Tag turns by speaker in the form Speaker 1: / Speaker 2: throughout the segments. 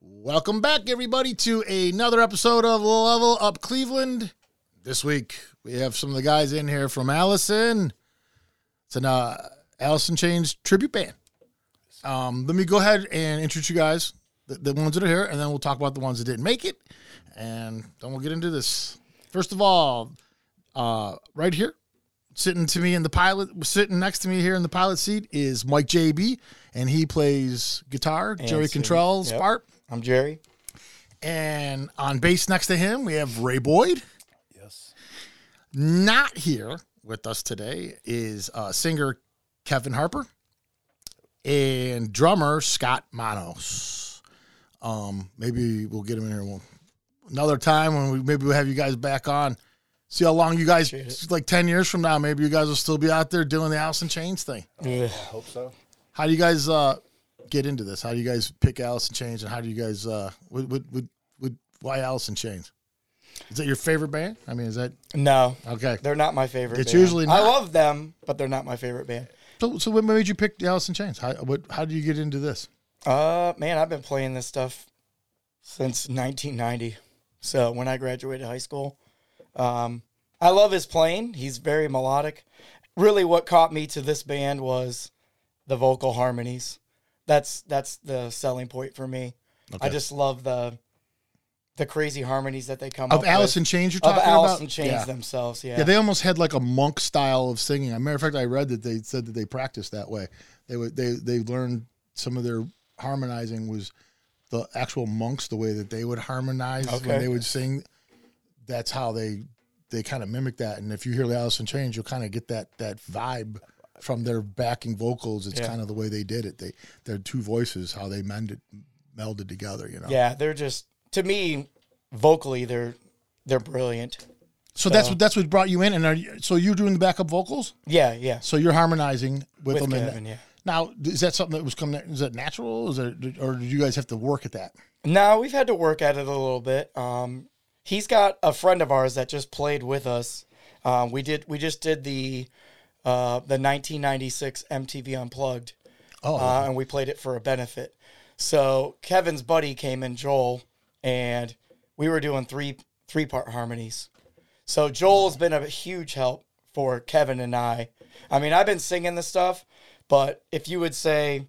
Speaker 1: Welcome back, everybody, to another episode of Level Up Cleveland. This week, we have some of the guys in here from Allison. It's an uh, Allison Chains tribute band. Um, let me go ahead and introduce you guys, the, the ones that are here, and then we'll talk about the ones that didn't make it, and then we'll get into this. First of all, uh, right here, sitting to me in the pilot, sitting next to me here in the pilot seat is Mike JB, and he plays guitar. Jerry
Speaker 2: singing.
Speaker 1: Control's
Speaker 2: Yep.
Speaker 1: part.
Speaker 2: I'm Jerry.
Speaker 1: And on bass next to him, we have Ray Boyd.
Speaker 2: Yes.
Speaker 1: Not here with us today is uh, singer Kevin Harper and drummer Scott Manos. Um, maybe we'll get him in here one, another time when we maybe we'll have you guys back on. See how long you guys like ten years from now. Maybe you guys will still be out there doing the Alice in Chains thing.
Speaker 2: Hope so.
Speaker 1: How do you guys uh, get into this? How do you guys pick Alice in Chains, and how do you guys uh, would, would, would, would, why Alice in Chains? Is that your favorite band? I mean, is that
Speaker 2: No,
Speaker 1: okay?
Speaker 2: they're not my favorite.
Speaker 1: It's
Speaker 2: band.
Speaker 1: usually not.
Speaker 2: I love them, but they're not my favorite band.
Speaker 1: So, so what made you pick the Alice in Chains? How what, how do you get into this?
Speaker 2: Uh, man, I've been playing this stuff since 1990. So when I graduated high school, um, I love his playing. He's very melodic. Really, what caught me to this band was the vocal harmonies. That's that's the selling point for me. I just love the the crazy harmonies that they come up
Speaker 1: Of Alice
Speaker 2: with.
Speaker 1: in Chains, you're
Speaker 2: of
Speaker 1: talking
Speaker 2: Alice
Speaker 1: about?
Speaker 2: in Chains
Speaker 1: yeah.
Speaker 2: themselves.
Speaker 1: Yeah, they almost had like a monk style of singing. As a matter of fact, I read that they said that they practiced that way. They would they they learned some of their harmonizing was the actual monks the way that they would harmonize when
Speaker 2: Okay.
Speaker 1: they would sing. That's how they they kind of mimic that. And if you hear the Alice in Chains, you'll kind of get that that vibe from their backing vocals. It's
Speaker 2: Yeah.
Speaker 1: kind of the way they did it. They their two voices how they mended melded together. You know.
Speaker 2: Yeah, they're just to me vocally they're they're brilliant.
Speaker 1: So, that's what that's what brought you in. And are you, so you're doing the backup vocals.
Speaker 2: Yeah, yeah.
Speaker 1: So you're harmonizing with,
Speaker 2: With
Speaker 1: them. in
Speaker 2: Kevin, yeah.
Speaker 1: Now, is that something that was coming? Is that natural? Is that, or did you guys have to work at that?
Speaker 2: Now we've had to work at it a little bit. Um, he's got a friend of ours that just played with us. Um, we did we just did the uh, the 1996 MTV Unplugged,
Speaker 1: Oh,
Speaker 2: uh, and we played it for a benefit. So Kevin's buddy came in, Joel, and we were doing three three part harmonies. So Joel's been a huge help for Kevin and I. I mean, I've been singing this stuff, but if you would say,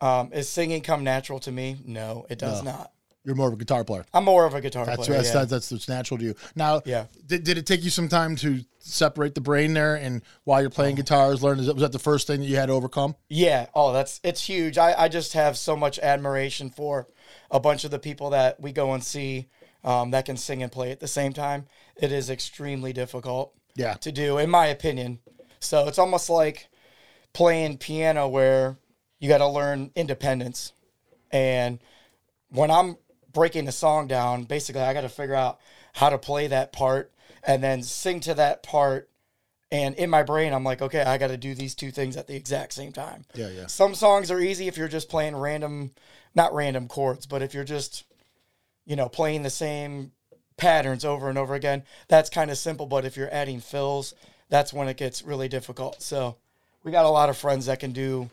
Speaker 2: um, is singing come natural to me? No, it does not.
Speaker 1: you're more of a guitar player.
Speaker 2: I'm more of a guitar
Speaker 1: That's
Speaker 2: player.
Speaker 1: that's,
Speaker 2: yeah.
Speaker 1: that's that's what's natural to you. Now,
Speaker 2: Yeah.
Speaker 1: Did, did it take you some time to separate the brain there, and while you're
Speaker 2: Oh.
Speaker 1: playing guitars, learn? Is that, was that the first thing that you had to overcome?
Speaker 2: Yeah. Oh, that's it's huge. I, I just have so much admiration for a bunch of the people that we go and see um, that can sing and play at the same time. It is extremely difficult
Speaker 1: Yeah.
Speaker 2: to do, in my opinion. So it's almost like playing piano where you got to learn independence. And when I'm breaking the song down, basically I got to figure out how to play that part and then sing to that part. And in my brain, I'm like, okay, I got to do these two things at the exact same time.
Speaker 1: Yeah, yeah.
Speaker 2: Some songs are easy if you're just playing random, not random chords, but if you're just, you know, playing the same patterns over and over again, that's kind of simple. But if you're adding fills, that's when it gets really difficult. So we got a lot of friends that can do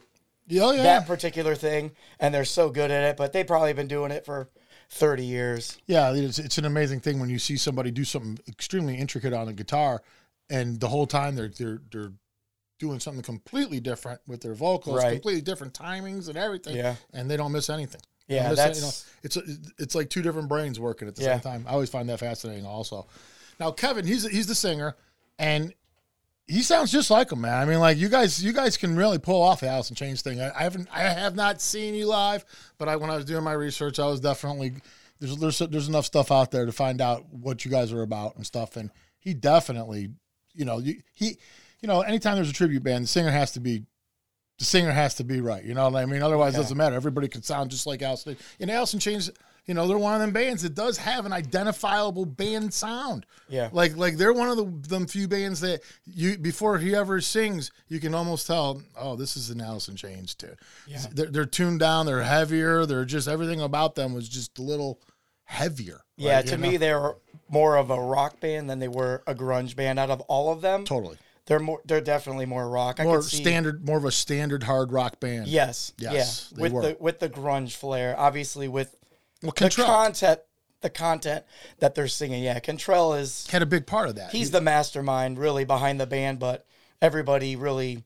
Speaker 1: Yeah, oh, yeah.
Speaker 2: that particular thing and they're so good at it but they probably been doing it for 30 years
Speaker 1: Yeah, it's, it's an amazing thing when you see somebody do something extremely intricate on a guitar, and the whole time they're they're they're doing something completely different with their vocals,
Speaker 2: Right.
Speaker 1: completely different timings and everything.
Speaker 2: Yeah.
Speaker 1: and they don't miss anything. They
Speaker 2: Yeah,
Speaker 1: don't miss
Speaker 2: that's-
Speaker 1: it's it's like two different brains working at the
Speaker 2: Yeah.
Speaker 1: same time. I always find that fascinating. Also, now Kevin, he's he's the singer, and he sounds just like him, man. I mean, like you guys, you guys can really pull off the Alice and Chains thing. I, I haven't, I have not seen you live, but I, when I was doing my research, I was definitely there's there's there's enough stuff out there to find out what you guys are about and stuff. And he definitely, you know, you, he, you know, anytime there's a tribute band, the singer has to be. The singer has to be right, you know what I mean. Otherwise, it doesn't matter. Everybody can sound just like Alice. in- And Alice in Chains, you know, they're one of them bands that does have an identifiable band sound.
Speaker 2: Yeah.
Speaker 1: Like like they're one of the them few bands that you before he ever sings, you can almost tell, oh, this is an Alice in Chains tune.
Speaker 2: Yeah.
Speaker 1: They're, they're tuned down, they're heavier, they're just everything about them was just a little heavier.
Speaker 2: yeah
Speaker 1: right,
Speaker 2: to
Speaker 1: you
Speaker 2: me
Speaker 1: know?
Speaker 2: they're more of a rock band than they were a grunge band out of all of them
Speaker 1: totally
Speaker 2: they're more they're definitely more rock i
Speaker 1: more
Speaker 2: could see
Speaker 1: standard, more of a standard hard rock band.
Speaker 2: yes
Speaker 1: Yes,
Speaker 2: yeah
Speaker 1: they
Speaker 2: with
Speaker 1: were.
Speaker 2: the with the grunge flair obviously with
Speaker 1: Well,
Speaker 2: The
Speaker 1: Cantrell
Speaker 2: content, the content that they're singing. Yeah, Contrell is
Speaker 1: had a big part of that.
Speaker 2: he's the mastermind really behind the band, but everybody really,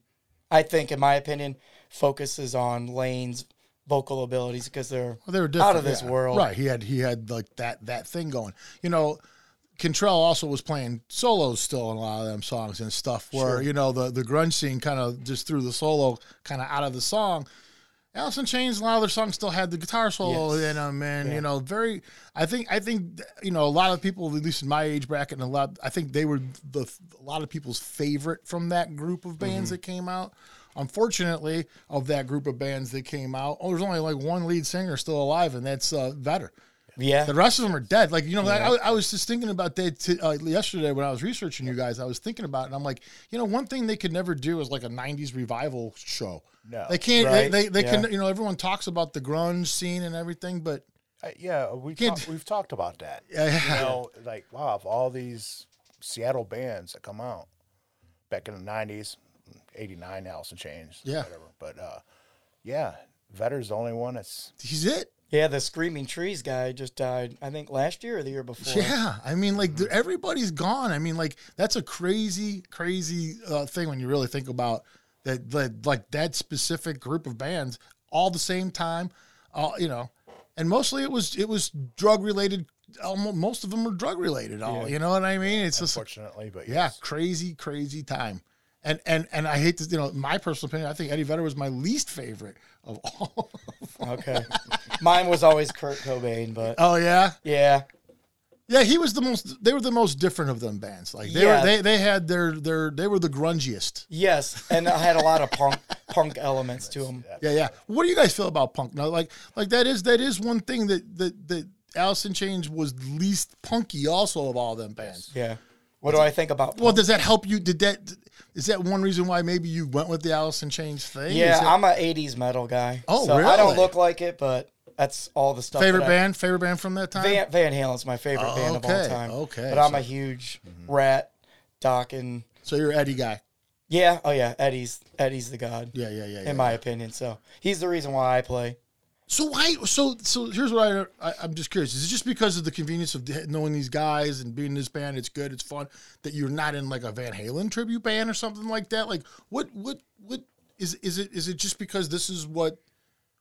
Speaker 2: I think, in my opinion, focuses on Lane's vocal abilities because they're
Speaker 1: Well, they were different.
Speaker 2: out of this
Speaker 1: yeah.
Speaker 2: world.
Speaker 1: Right. He had he had like that that thing going. You know, Cantrell also was playing solos still in a lot of them songs and stuff where, you know, the, the grunge scene kind of just threw the solo kind of out of the song. Allison Chains, a lot of their songs still had the guitar solo
Speaker 2: Yes.
Speaker 1: in them, and you know, very. I think I think you know a lot of people, at least in my age bracket, and a lot. I think they were the a lot of people's favorite from that group of bands that came out. Unfortunately, of that group of bands that came out, oh, there's only like one lead singer still alive, and that's uh, Vetter.
Speaker 2: Yeah.
Speaker 1: The rest of them are dead. Like you know, like, I, I was just thinking about that t- uh, yesterday when I was researching you guys. I was thinking about, it, and I'm like, you know, one thing they could never do is like a '90s revival show.
Speaker 3: No.
Speaker 1: they can't.
Speaker 2: Right?
Speaker 1: They they, they
Speaker 2: Yeah.
Speaker 1: can. You know, everyone talks about the grunge scene and everything, but
Speaker 3: Uh, yeah, we
Speaker 1: Can't-
Speaker 3: talk, we've talked about that.
Speaker 1: Yeah.
Speaker 3: You know, like wow, of all these Seattle bands that come out back in the '90s, '89, Alice in Chains,
Speaker 1: Yeah.
Speaker 3: whatever. But uh, yeah, Vetter's the only one that's
Speaker 1: he's it.
Speaker 2: Yeah, the Screaming Trees guy just died, I think, last year or the year before.
Speaker 1: Yeah, I mean, like th- everybody's gone. I mean, like that's a crazy, crazy uh, thing when you really think about that. That like that specific group of bands all the same time, uh, you know, and mostly it was it was drug related. Almost, most of them were drug related. All you know what I mean? It's just
Speaker 3: fortunately, but
Speaker 1: yeah,
Speaker 3: yes.
Speaker 1: crazy, crazy time. And and and I hate to you know my personal opinion. I think Eddie Vedder was my least favorite of all.
Speaker 2: Okay. Mine was always Kurt Cobain, but
Speaker 1: oh yeah,
Speaker 2: yeah.
Speaker 1: Yeah, he was the most. They were the most different of them bands. Like they
Speaker 2: Yeah.
Speaker 1: were, they they had their their they were the grungiest.
Speaker 2: Yes. And I had a lot of punk punk elements to him.
Speaker 1: Yeah, yeah. What do you guys feel about punk? Now, like like that is that is one thing that that that Allison Chains was least punky also of all them bands.
Speaker 2: Yeah. What do I think about
Speaker 1: Well,
Speaker 2: punk?
Speaker 1: does that help you? Did that is that one reason why maybe you went with the Allison Chains thing? Is
Speaker 2: Yeah,
Speaker 1: that-
Speaker 2: I'm a 80s metal guy.
Speaker 1: Oh,
Speaker 2: so I don't
Speaker 1: really?
Speaker 2: look like it, but that's all the stuff.
Speaker 1: favorite
Speaker 2: that I-
Speaker 1: band, favorite band from that time.
Speaker 2: Van, Van Halen's my favorite
Speaker 1: Oh,
Speaker 2: band of all
Speaker 1: okay,
Speaker 2: time.
Speaker 1: okay,
Speaker 2: But I'm
Speaker 1: so- Mm-hmm.
Speaker 2: a huge rat, Doc, and
Speaker 1: So you're an Eddie guy.
Speaker 2: yeah, oh yeah, Eddie's Eddie's the god,
Speaker 1: Yeah, yeah, yeah. yeah.
Speaker 2: in my opinion. So he's the reason why I play.
Speaker 1: So why? So so here's what I, I I'm just curious. Is it just because of the convenience of knowing these guys and being in this band? It's good. It's fun that you're not in like a Van Halen tribute band or something like that. Like what what what is is it is it just because this is what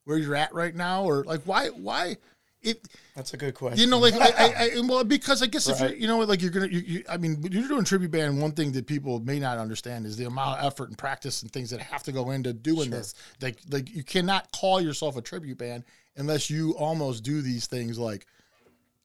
Speaker 1: where you're at right now or like why why it
Speaker 2: That's a good question.
Speaker 1: you know like I, I, I well because I guess if
Speaker 2: Right.
Speaker 1: you're you know like you're gonna you, you I mean when you're doing tribute band one thing that people may not understand is the amount of effort and practice and things that have to go into doing this like like you cannot call yourself a tribute band unless you almost do these things like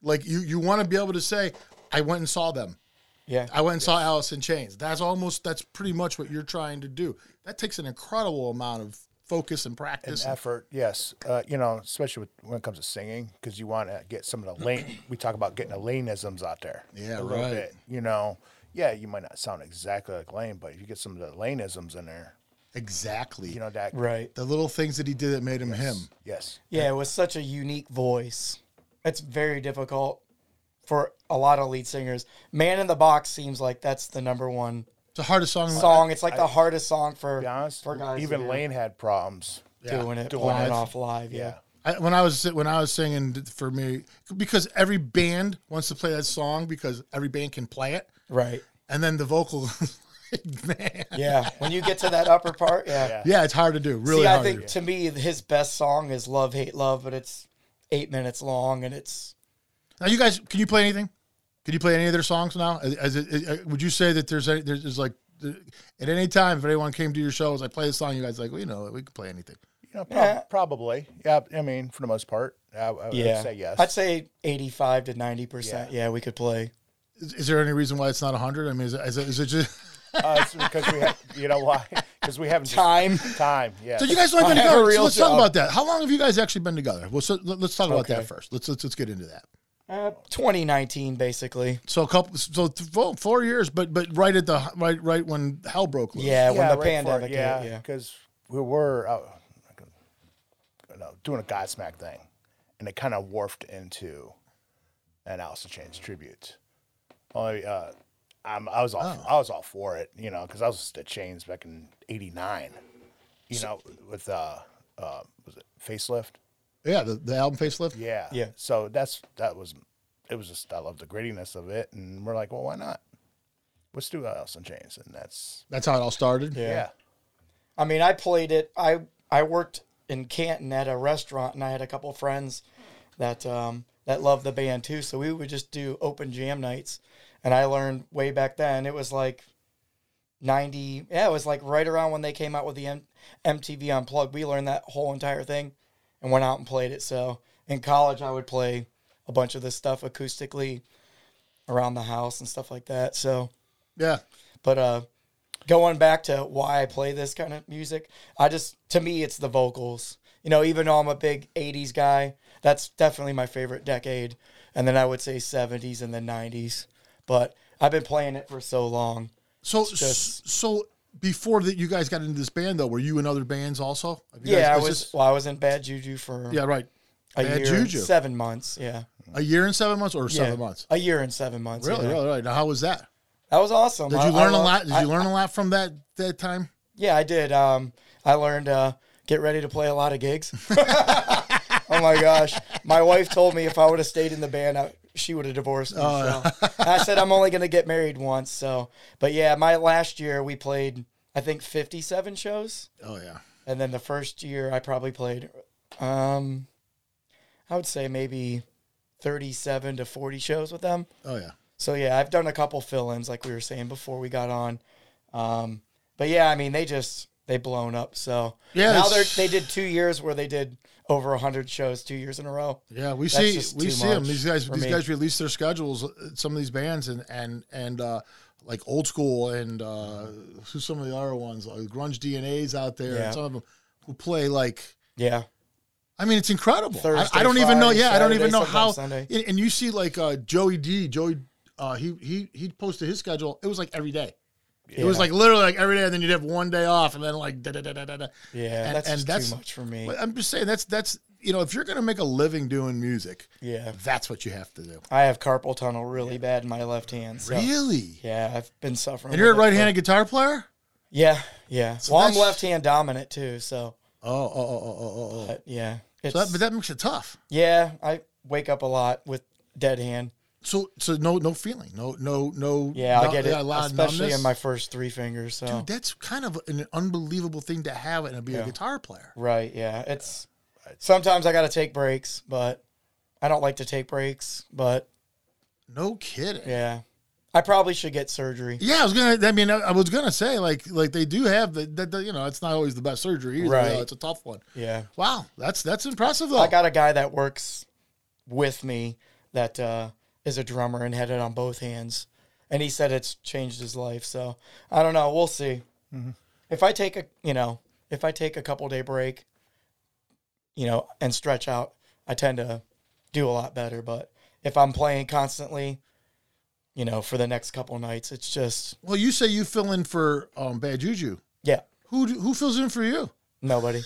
Speaker 1: like you you want to be able to say I went and saw them
Speaker 2: yeah,
Speaker 1: I went and saw Alice in Chains that's almost that's pretty much what you're trying to do that takes an incredible amount of focus and practice and-
Speaker 3: effort. Yes, uh, you know, especially with, when it comes to singing, because you want to get some of the lean. we talk about getting the laneisms out there.
Speaker 1: Yeah,
Speaker 3: a little
Speaker 1: right.
Speaker 3: bit. You know, yeah, you might not sound exactly like Lane, but if you get some of the laneisms in there,
Speaker 1: exactly
Speaker 3: you know that.
Speaker 2: right.
Speaker 1: the little things that he did that made him him.
Speaker 3: Yes.
Speaker 2: Yeah, it was such a unique voice. It's very difficult for a lot of lead singers. Man in the Box seems like that's the number one
Speaker 1: It's the hardest song.
Speaker 2: song. It's like the hardest song for
Speaker 3: To be honest,
Speaker 2: for guys to
Speaker 3: even
Speaker 2: do.
Speaker 3: Lane had problems.
Speaker 2: doing it,
Speaker 3: doing
Speaker 2: pulling it
Speaker 3: it.
Speaker 2: off live.
Speaker 3: Yeah.
Speaker 2: Yeah,
Speaker 1: I, when I was when I was singing for me because every band wants to play that song because every band can play it,
Speaker 2: right.
Speaker 1: and then the vocal, man, yeah.
Speaker 2: Yeah, when you get to that upper part, yeah.
Speaker 1: it's hard to do. Really
Speaker 2: See,
Speaker 1: hard.
Speaker 2: I
Speaker 1: to
Speaker 2: think
Speaker 1: do.
Speaker 2: to me his best song is "Love Hate Love," but it's eight minutes long and it's
Speaker 1: Now, you guys, can you play anything? Can you play any of their songs now? As, as it, uh, would you say that there's any, there's, there's like at any time if anyone came to your show as I play the song, you guys are like well, you know we can play anything.
Speaker 3: You know, prob- probably. Yeah. I mean, for the most part, I, I would
Speaker 2: yeah.
Speaker 3: say yes.
Speaker 2: I'd say eighty-five to ninety percent. Yeah, we could play.
Speaker 1: Is, is there any reason why it's not hundred? I mean, is, it- is, it- is it just
Speaker 3: uh, it's because we, have, you know why? Because we haven't just-
Speaker 2: Time.
Speaker 3: Time. Yeah.
Speaker 1: So you guys only been
Speaker 2: I have a
Speaker 1: together. So
Speaker 2: real
Speaker 1: let's talk
Speaker 2: job.
Speaker 1: about that. How long have you guys actually been together? Well, so let- let's talk about that
Speaker 2: Okay.
Speaker 1: first. Let's let's let's get into that.
Speaker 2: Uh, 2019, basically.
Speaker 1: So a couple, so th- four, four years, but but right at the right right when hell broke loose.
Speaker 2: Yeah, when the
Speaker 3: right
Speaker 2: pandemic
Speaker 3: for, yeah,
Speaker 2: hit. Yeah.
Speaker 3: because we were uh, like, you know, doing a Godsmack thing, and it kind of warped into an Alice in Chains tribute. Only uh, I'm, I was all
Speaker 2: Oh.
Speaker 3: I was all for it, you know, because I was at Chains back in '89, you know, with uh, uh, was it facelift?
Speaker 1: Yeah, the, the album facelift.
Speaker 3: Yeah.
Speaker 2: Yeah.
Speaker 3: So that's that was it was just I love the grittiness of it and we're like, well why not? Let's do Alice in Chains and that's
Speaker 1: That's how it all started.
Speaker 2: Yeah.
Speaker 3: yeah.
Speaker 2: I mean, I played it. I I worked in Canton at a restaurant, and I had a couple friends that um, that loved the band too. So we would just do open jam nights, and I learned way back then it was like ninety. Yeah, it was like right around when they came out with the M- MTV Unplugged. We learned that whole entire thing, and went out and played it. So in college, I would play a bunch of this stuff acoustically around the house and stuff like that. So
Speaker 1: Yeah.
Speaker 2: but uh, going back to why I play this kind of music, I just to me it's the vocals. You know, even though I'm a big '80s guy, that's definitely my favorite decade. And then I would say '70s and then '90s. But I've been playing it for so long.
Speaker 1: So
Speaker 2: just-
Speaker 1: so before that, you guys got into this band though. Were you in other bands also? Have you
Speaker 2: Yeah,
Speaker 1: guys-
Speaker 2: I
Speaker 1: it's
Speaker 2: was.
Speaker 1: just-
Speaker 2: well, I was in Bad Juju for
Speaker 1: yeah, right.
Speaker 2: a
Speaker 1: Bad
Speaker 2: year,
Speaker 1: Juju.
Speaker 2: and seven months. Yeah,
Speaker 1: A year and seven months, or seven
Speaker 2: Yeah.
Speaker 1: months.
Speaker 2: A year and seven months.
Speaker 1: Really,
Speaker 2: yeah.
Speaker 1: really, really. Now, how was that?
Speaker 2: That was awesome.
Speaker 1: Did
Speaker 2: I-
Speaker 1: you
Speaker 2: I
Speaker 1: learn a
Speaker 2: love-
Speaker 1: lot? Did
Speaker 2: I-
Speaker 1: you learn a lot from that that time?
Speaker 2: Yeah, I did. Um, I learned uh, get ready to play a lot of gigs. oh my gosh, my wife told me if I would have stayed in the band, I, she would have divorced me. so. I said I'm only going to get married once. So, but yeah, my last year we played I think 57 shows,
Speaker 1: Oh yeah.
Speaker 2: and then the first year I probably played, um, I would say maybe 37 to 40 shows with them.
Speaker 1: Oh yeah.
Speaker 2: So yeah, I've done a couple fill-ins like we were saying before we got on. Um, but yeah, I mean they just they blown up. So
Speaker 1: Yeah,
Speaker 2: now they
Speaker 1: it's-
Speaker 2: they did two years where they did over hundred shows two years in a row.
Speaker 1: Yeah, we
Speaker 2: That's
Speaker 1: see
Speaker 2: just
Speaker 1: we
Speaker 2: too
Speaker 1: see them.
Speaker 2: much
Speaker 1: These guys
Speaker 2: for
Speaker 1: these
Speaker 2: me.
Speaker 1: guys release their schedules. uh, Some of these bands and and and uh, like old school and uh, who's some of the other ones like grunge DNA's out there.
Speaker 2: Yeah.
Speaker 1: And some of them who play like
Speaker 2: Yeah,
Speaker 1: I mean, it's incredible. I,
Speaker 2: Thursday,
Speaker 1: I don't even know.
Speaker 2: Friday,
Speaker 1: Yeah, I don't even
Speaker 2: Saturday,
Speaker 1: know how.
Speaker 2: sometimes
Speaker 1: And and you see, like uh, Joey D. Joey, uh, he he he posted his schedule. It was like every day. It was
Speaker 2: Yeah.
Speaker 1: like literally like every day, and then you'd have one day off, and then like da da da da da. da.
Speaker 2: yeah,
Speaker 1: And-
Speaker 2: that's
Speaker 1: and
Speaker 2: just
Speaker 1: that's-
Speaker 2: too much for me.
Speaker 1: But I'm just saying that's that's you know if you're gonna make a living doing music,
Speaker 2: yeah,
Speaker 1: that's what you have to do.
Speaker 2: I have carpal tunnel really bad in my left hand. So
Speaker 1: Really?
Speaker 2: yeah, I've been suffering.
Speaker 1: And you're a
Speaker 2: with it,
Speaker 1: right-handed guitar player?
Speaker 2: but- Yeah, yeah. well, I'm
Speaker 1: that's-
Speaker 2: left hand dominant too. So
Speaker 1: Oh, oh, oh, oh, oh, oh, oh.
Speaker 2: but yeah, it's,
Speaker 1: So that, but that makes it tough.
Speaker 2: yeah. I wake up a lot with dead hand.
Speaker 1: So so no no feeling, no no no.
Speaker 2: Yeah, I'll
Speaker 1: no-
Speaker 2: get it,
Speaker 1: a lot of
Speaker 2: especially
Speaker 1: numbness.
Speaker 2: in my first three fingers. So
Speaker 1: Dude, that's kind of an unbelievable thing to have and be a
Speaker 2: Yeah.
Speaker 1: guitar player.
Speaker 2: Right. Yeah. It's sometimes I got to take breaks, but I don't like to take breaks. But
Speaker 1: No kidding.
Speaker 2: yeah, I probably should get surgery.
Speaker 1: Yeah, I was gonna. I mean, I, I was gonna say like like they do have the, the, the- you know it's not always the best surgery either.
Speaker 2: Right.
Speaker 1: though. It's a tough one.
Speaker 2: Yeah.
Speaker 1: Wow, that's that's impressive though.
Speaker 2: I got a guy that works with me that uh, is a drummer and had it on both hands. And he said it's changed his life. So I don't know. We'll see. If I take a, you know, if I take a couple day break, you know, and stretch out, I tend to do a lot better. But if I'm playing constantly, you know, for the next couple nights, it's just,
Speaker 1: well, you say you fill in for um, Bad Juju.
Speaker 2: yeah,
Speaker 1: Who do- who fills in for you?
Speaker 2: nobody.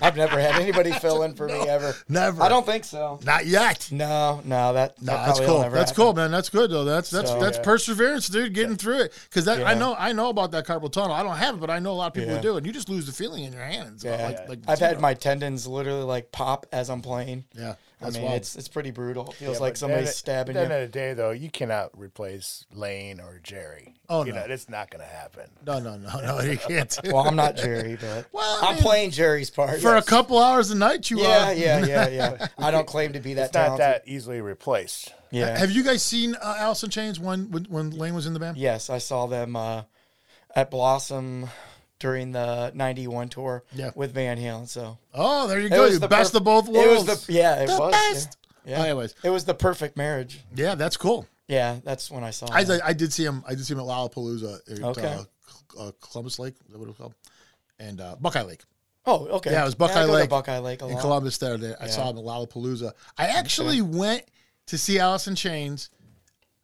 Speaker 2: I've never had anybody fill in for me ever.
Speaker 1: Never.
Speaker 2: I don't think so.
Speaker 1: Not yet.
Speaker 2: No, no, that, that
Speaker 1: No, that's
Speaker 2: probably will
Speaker 1: cool.
Speaker 2: never
Speaker 1: That's
Speaker 2: happen.
Speaker 1: cool, man. That's good though. That's that's
Speaker 2: So-
Speaker 1: that's
Speaker 3: Yeah.
Speaker 1: perseverance, dude. Getting through it because that I
Speaker 2: Yeah.
Speaker 1: know I know about that carpal tunnel. I don't have it, but I know a lot of people
Speaker 2: Yeah.
Speaker 1: who do, and you just lose the feeling in your hands.
Speaker 2: Yeah,
Speaker 1: Like, like
Speaker 2: I've had
Speaker 1: zero.
Speaker 2: my tendons literally like pop as I'm playing.
Speaker 1: yeah.
Speaker 2: I
Speaker 1: That's
Speaker 2: mean,
Speaker 1: wild.
Speaker 2: it's it's pretty brutal. It feels
Speaker 3: Yeah,
Speaker 2: like
Speaker 3: but
Speaker 2: somebody's
Speaker 3: then at-
Speaker 2: stabbing
Speaker 3: At the
Speaker 2: you.
Speaker 3: end of the day, though, you cannot replace Lane or Jerry.
Speaker 1: Oh,
Speaker 3: you
Speaker 1: no.
Speaker 3: know, it's not going to happen.
Speaker 1: no no no no. You can't. do
Speaker 2: Well, I'm not Jerry, but
Speaker 1: Well, I
Speaker 2: I'm
Speaker 1: mean,
Speaker 2: playing Jerry's part.
Speaker 1: for a
Speaker 2: yes.
Speaker 1: couple hours a night. You
Speaker 2: Yeah,
Speaker 1: are.
Speaker 2: yeah, yeah, yeah. I don't claim to be that
Speaker 3: It's not
Speaker 2: talented.
Speaker 3: that easily replaced.
Speaker 2: Yeah.
Speaker 1: Have you guys seen uh, Alice in Chains when, when when Lane was in the band?
Speaker 2: yes, I saw them uh, at Blossom during the '91 tour
Speaker 1: Yeah.
Speaker 2: with Van Halen. So
Speaker 1: Oh, there you
Speaker 2: It
Speaker 1: go.
Speaker 2: was
Speaker 1: You
Speaker 2: the
Speaker 1: best
Speaker 2: perf-
Speaker 1: of both
Speaker 2: it was
Speaker 1: worlds.
Speaker 2: the yeah, it
Speaker 1: The
Speaker 2: was
Speaker 1: best. Oh,
Speaker 2: Yeah. Yeah.
Speaker 1: Anyways,
Speaker 2: It was the perfect marriage.
Speaker 1: yeah, that's cool.
Speaker 2: Yeah, that's when I saw.
Speaker 1: I,
Speaker 2: them.
Speaker 1: I, I did see him. I did see him at Lollapalooza at
Speaker 2: Okay.
Speaker 1: uh, Cl- uh, Columbus Lake. Is that what it was called? And uh, Buckeye Lake
Speaker 2: oh, okay.
Speaker 1: Yeah, it was
Speaker 2: I
Speaker 1: Buckeye
Speaker 2: go to
Speaker 1: Lake
Speaker 2: Buckeye Lake a
Speaker 1: in
Speaker 2: lot.
Speaker 1: Columbus. There, there. I saw him at Lollapalooza. I actually went to see Alice in Chains.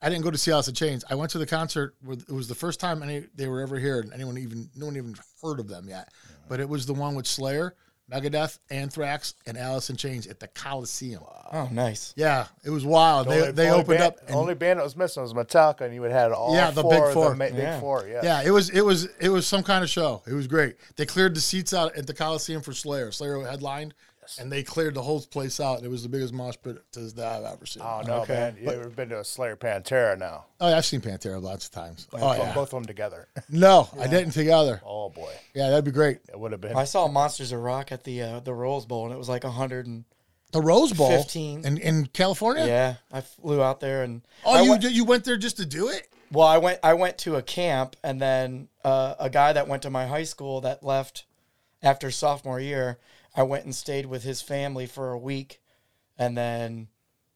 Speaker 1: I didn't go to see Alice in Chains. I went to the concert. Where it was the first time any they were ever here, and anyone even no one even heard of them yet. But it was the one with Slayer, Megadeth, Anthrax, and Alice in Chains at the Coliseum.
Speaker 2: Oh, nice.
Speaker 1: Yeah, it was wild. They,
Speaker 3: Only-
Speaker 1: they
Speaker 3: only
Speaker 1: opened
Speaker 3: band,
Speaker 1: up. and-
Speaker 3: only band that was missing was Metallica, and you would have had all
Speaker 1: Yeah, the
Speaker 3: four
Speaker 1: big
Speaker 3: of
Speaker 1: four.
Speaker 3: The ma-
Speaker 2: Yeah.
Speaker 3: Big four, yeah.
Speaker 1: yeah, it was it was it was some kind of show. It was great. They cleared the seats out at the Coliseum for Slayer. Slayer headlined,
Speaker 3: Yes.
Speaker 1: and they cleared the whole place out. It was the biggest mosh pit to- that I've ever seen.
Speaker 3: Oh no,
Speaker 2: Okay.
Speaker 3: man! You ever been to a Slayer Pantera now?
Speaker 1: oh, yeah, I've seen Pantera lots of times. Oh,
Speaker 3: Bo-
Speaker 1: yeah.
Speaker 3: Both of them together.
Speaker 1: No, I didn't together.
Speaker 3: Oh boy,
Speaker 1: Yeah, that'd be great.
Speaker 3: it would have been.
Speaker 2: I saw Monsters of Rock at the uh, the Rolls Bowl, and it was like a hundred and
Speaker 1: The Rose Bowl
Speaker 2: 15.
Speaker 1: in, in California.
Speaker 2: yeah. I flew out there, and
Speaker 1: Oh,
Speaker 2: I
Speaker 1: you
Speaker 2: went-
Speaker 1: did- you went there just to do it?
Speaker 2: Well, I went I went to a camp, and then uh, a guy that went to my high school that left after sophomore year, I went and stayed with his family for a week, and then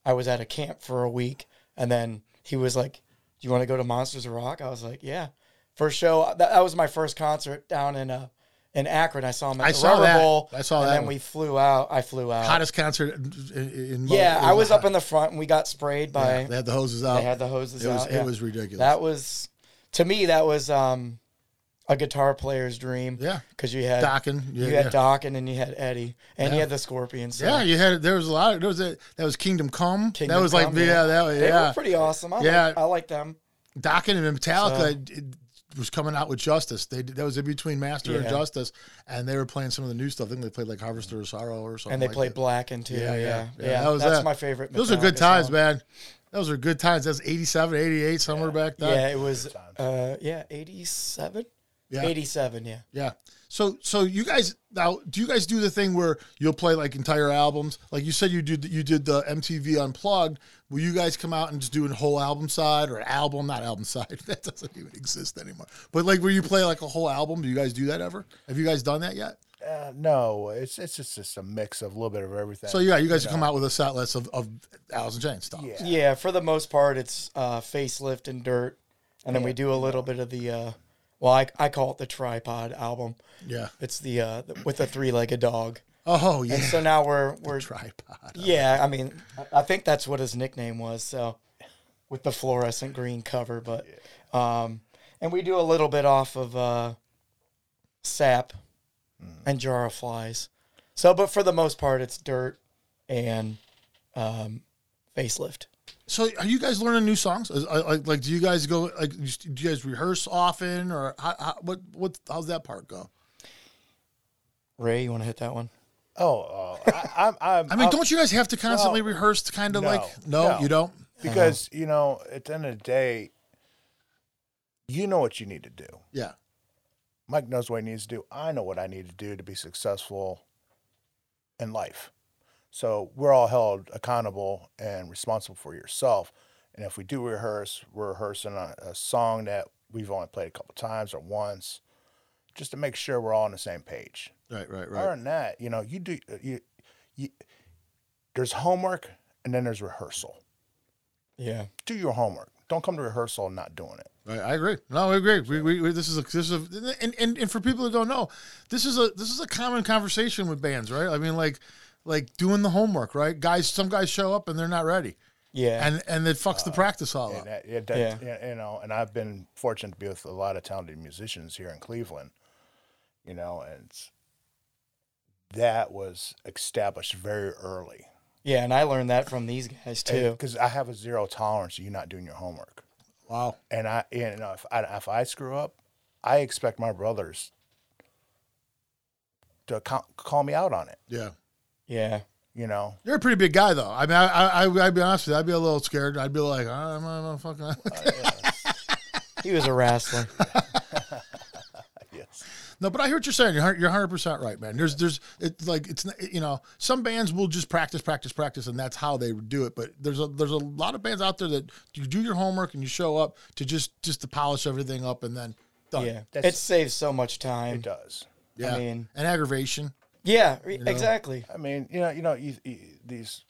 Speaker 2: I was at a camp for a week, and then he was like, "Do you want to go to Monsters of Rock?" I was like, "Yeah." First show uh, that, that was my first concert down in uh in Akron. I saw him at
Speaker 1: I
Speaker 2: the
Speaker 1: saw
Speaker 2: Rubber
Speaker 1: that.
Speaker 2: Bowl.
Speaker 1: I saw
Speaker 2: and
Speaker 1: that
Speaker 2: then
Speaker 1: one.
Speaker 2: we flew out. I flew out.
Speaker 1: Hottest concert in. in
Speaker 2: yeah,
Speaker 1: in
Speaker 2: I was
Speaker 1: the-
Speaker 2: up in the front, and we got sprayed by
Speaker 1: They had the hoses out.
Speaker 2: they had the hoses
Speaker 1: it was
Speaker 2: out. yeah.
Speaker 1: it was ridiculous.
Speaker 2: That was to me. That was um, a guitar player's dream.
Speaker 1: Yeah.
Speaker 2: because you had
Speaker 1: Docking. Yeah,
Speaker 2: you
Speaker 1: yeah.
Speaker 2: had Dockin and you had Eddie and you had the Scorpions. So
Speaker 1: yeah, you had there was a lot. Of, there was a, that was Kingdom Come.
Speaker 2: Kingdom
Speaker 1: that was like
Speaker 2: Come,
Speaker 1: yeah,
Speaker 2: yeah.
Speaker 1: that was,
Speaker 2: they
Speaker 1: yeah.
Speaker 2: were pretty awesome. I
Speaker 1: Yeah.
Speaker 2: like, I like them.
Speaker 1: Dokken and Metallica it was coming out with Justice. They did- that was in between Master and
Speaker 2: Yeah.
Speaker 1: Justice, and they were playing some of the new stuff. I think they played like Harvester of Sorrow or something.
Speaker 2: And they
Speaker 1: like
Speaker 2: played
Speaker 1: that.
Speaker 2: Blackin too. Yeah, yeah.
Speaker 1: that was
Speaker 2: That's
Speaker 1: that.
Speaker 2: my favorite.
Speaker 1: Those are good
Speaker 2: Metallica
Speaker 1: times,
Speaker 2: song.
Speaker 1: man. Those are good times. That's 87, 88, somewhere back then.
Speaker 2: Yeah, it was. Uh, yeah, eighty-seven.
Speaker 1: Yeah.
Speaker 2: eighty-seven. Yeah.
Speaker 1: Yeah. So so you guys now do you guys do the thing where you'll play like entire albums? Like you said you did you did the MTV Unplugged. Will you guys come out and just do a whole album side or album, not album side? That doesn't even exist anymore. But like where you play like a whole album, do you guys do that ever? Have you guys done that yet?
Speaker 3: Uh, no, it's it's just, just a mix of a little bit of everything.
Speaker 1: So yeah, you guys come out with a set list of, of Alice and Jane stuff.
Speaker 3: Yeah.
Speaker 2: Yeah, for the most part, it's uh, facelift and dirt, and then we do a little bit of the. Uh, well, I, I call it the tripod album.
Speaker 1: Yeah.
Speaker 2: It's the uh, the, with the three-legged dog.
Speaker 1: Oh yeah.
Speaker 2: And so now we're we're
Speaker 1: Tripod.
Speaker 2: yeah. I mean, I- I think that's what his nickname was. So with the fluorescent green cover, but um, and we do a little bit off of uh, sap
Speaker 3: Mm.
Speaker 2: and jar of flies. So, but for the most part, it's dirt and um, facelift.
Speaker 1: So are you guys learning new songs? Is- I- Like, like do you guys go like you s- do you guys rehearse often or how, how what what how's that part go?
Speaker 2: Ray, you want to hit that one?
Speaker 3: Oh, oh, I, I'm, I'm.
Speaker 1: I mean,
Speaker 3: I'm-
Speaker 1: don't you guys have to constantly rehearse to kind of
Speaker 3: No,
Speaker 1: like, no,
Speaker 3: no.
Speaker 1: you don't?
Speaker 3: because you know, at the end of the day, you know what you need to do.
Speaker 1: Yeah.
Speaker 3: Mike knows what he needs to do. I know what I need to do to be successful in life. So we're all held accountable and responsible for yourself. And if we do rehearse, we're rehearsing a, a song that we've only played a couple times or once, just to make sure we're all on the same page.
Speaker 1: Right, right,
Speaker 3: Other
Speaker 1: right.
Speaker 3: than that, you know, you do you, you there's homework and then there's rehearsal.
Speaker 2: Yeah.
Speaker 3: Do your homework. Don't come to rehearsal and not doing it.
Speaker 1: right. I agree. No, I agree. We, we, we this is a, this is a, and, and, and for people that don't know, this is a, this is a common conversation with bands, right? I mean, like, like doing the homework, right? Guys, some guys show up and they're not ready
Speaker 2: Yeah.
Speaker 1: and, and it fucks the practice all up.
Speaker 3: And that, it, that,
Speaker 2: Yeah.
Speaker 3: y- you know, and I've been fortunate to be with a lot of talented musicians here in Cleveland, you know, and it's- that was established very early.
Speaker 2: yeah. And I learned that from these guys too.
Speaker 3: Because I have a zero tolerance to you not doing your homework.
Speaker 1: Wow.
Speaker 3: And I, you know, if I, if I screw up, I expect my brothers to co- call me out on it,
Speaker 1: Yeah.
Speaker 2: Yeah.
Speaker 3: you know.
Speaker 1: You're a pretty big guy, though. I mean, I, I, I, I'd be honest with you. I'd be a little scared. I'd be like, "Ah, I'm, I'm fucking.
Speaker 2: He was a wrestler.
Speaker 3: Yes.
Speaker 1: No, but I hear what you're saying. You're hun- you're 100 percent right, man. There's there's it's like it's n- you know some bands will just practice, practice, practice, and that's how they do it. But there's a there's a lot of bands out there that you do your homework and you show up to just just to polish everything up and then done.
Speaker 2: Yeah.
Speaker 3: Oh, That's-
Speaker 2: it saves so much time.
Speaker 3: It does.
Speaker 1: yeah.
Speaker 2: I mean-
Speaker 1: and aggravation.
Speaker 2: Yeah. re- Exactly.
Speaker 3: I mean, you know, you know, you, you, these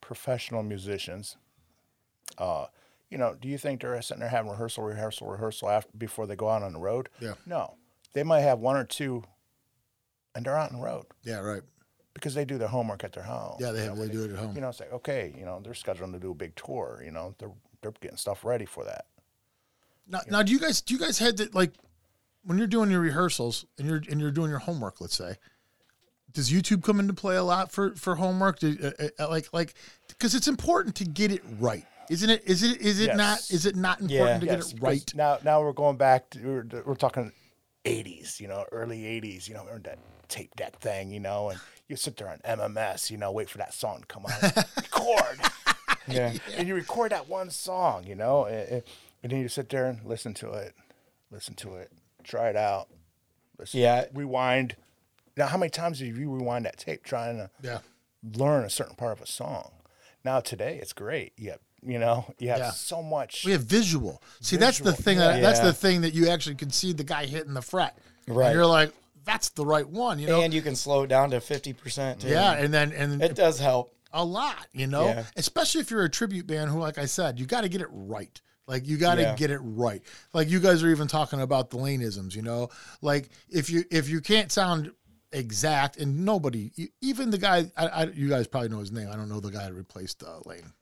Speaker 3: professional musicians. Uh, you know, do you think they're sitting there having rehearsal, rehearsal, rehearsal after before they go out on the road?
Speaker 1: Yeah.
Speaker 3: No, they might have one or two, and they're out on the road
Speaker 1: Yeah, right.
Speaker 3: because they do their homework at their home.
Speaker 1: Yeah, they
Speaker 3: you
Speaker 1: have
Speaker 3: know,
Speaker 1: they do it at
Speaker 3: You
Speaker 1: home.
Speaker 3: know, it's like okay, you know, they're scheduling to do a big tour. You know, they're they're getting stuff ready for that.
Speaker 1: Now, now do you guys do you guys had to like when you're doing your rehearsals and you're and you're doing your homework? Let's say. Does YouTube come into play a lot for for homework? Do, uh, uh, like like because it's important to get it right, isn't it? Is it is it
Speaker 3: Yes.
Speaker 1: not is it not important to
Speaker 2: Yeah.
Speaker 3: Yes,
Speaker 1: get it
Speaker 3: 'cause
Speaker 1: right?
Speaker 3: Now, now we're going back. To, we're, we're talking '80s, you know, early '80s. You know, remember that tape deck thing, you know, and you sit there on MMS, you know, wait for that song to come on, record,
Speaker 2: Yeah.
Speaker 3: and you record that one song, you know, and, and- and then you sit there and listen to it, listen to it, try it out, listen,
Speaker 2: Yeah.
Speaker 3: rewind. Now, how many times do you rewind that tape trying to
Speaker 1: Yeah.
Speaker 3: learn a certain part of a song? Now today, it's great. You have, you know, you have
Speaker 1: Yeah.
Speaker 3: so much.
Speaker 1: We have visual. See, that's the
Speaker 3: Visual,
Speaker 1: thing. That, That's
Speaker 2: Yeah.
Speaker 1: the thing that you actually can see the guy hitting the fret. And
Speaker 2: Right.
Speaker 1: you're like, that's the right one. You know.
Speaker 2: And you can slow it down to 50% too.
Speaker 1: yeah, and then and
Speaker 2: It does help.
Speaker 1: a lot, you know,
Speaker 2: Yeah.
Speaker 1: especially if you're a tribute band who, like I said, you got to get it right. Like you got to
Speaker 2: Yeah.
Speaker 1: get it right. Like you guys are even talking about the laneisms, you know, like if you, if you can't sound exact and nobody, e- even the guy, I, I, you guys probably know his name. I don't know the guy that replaced uh, Lane.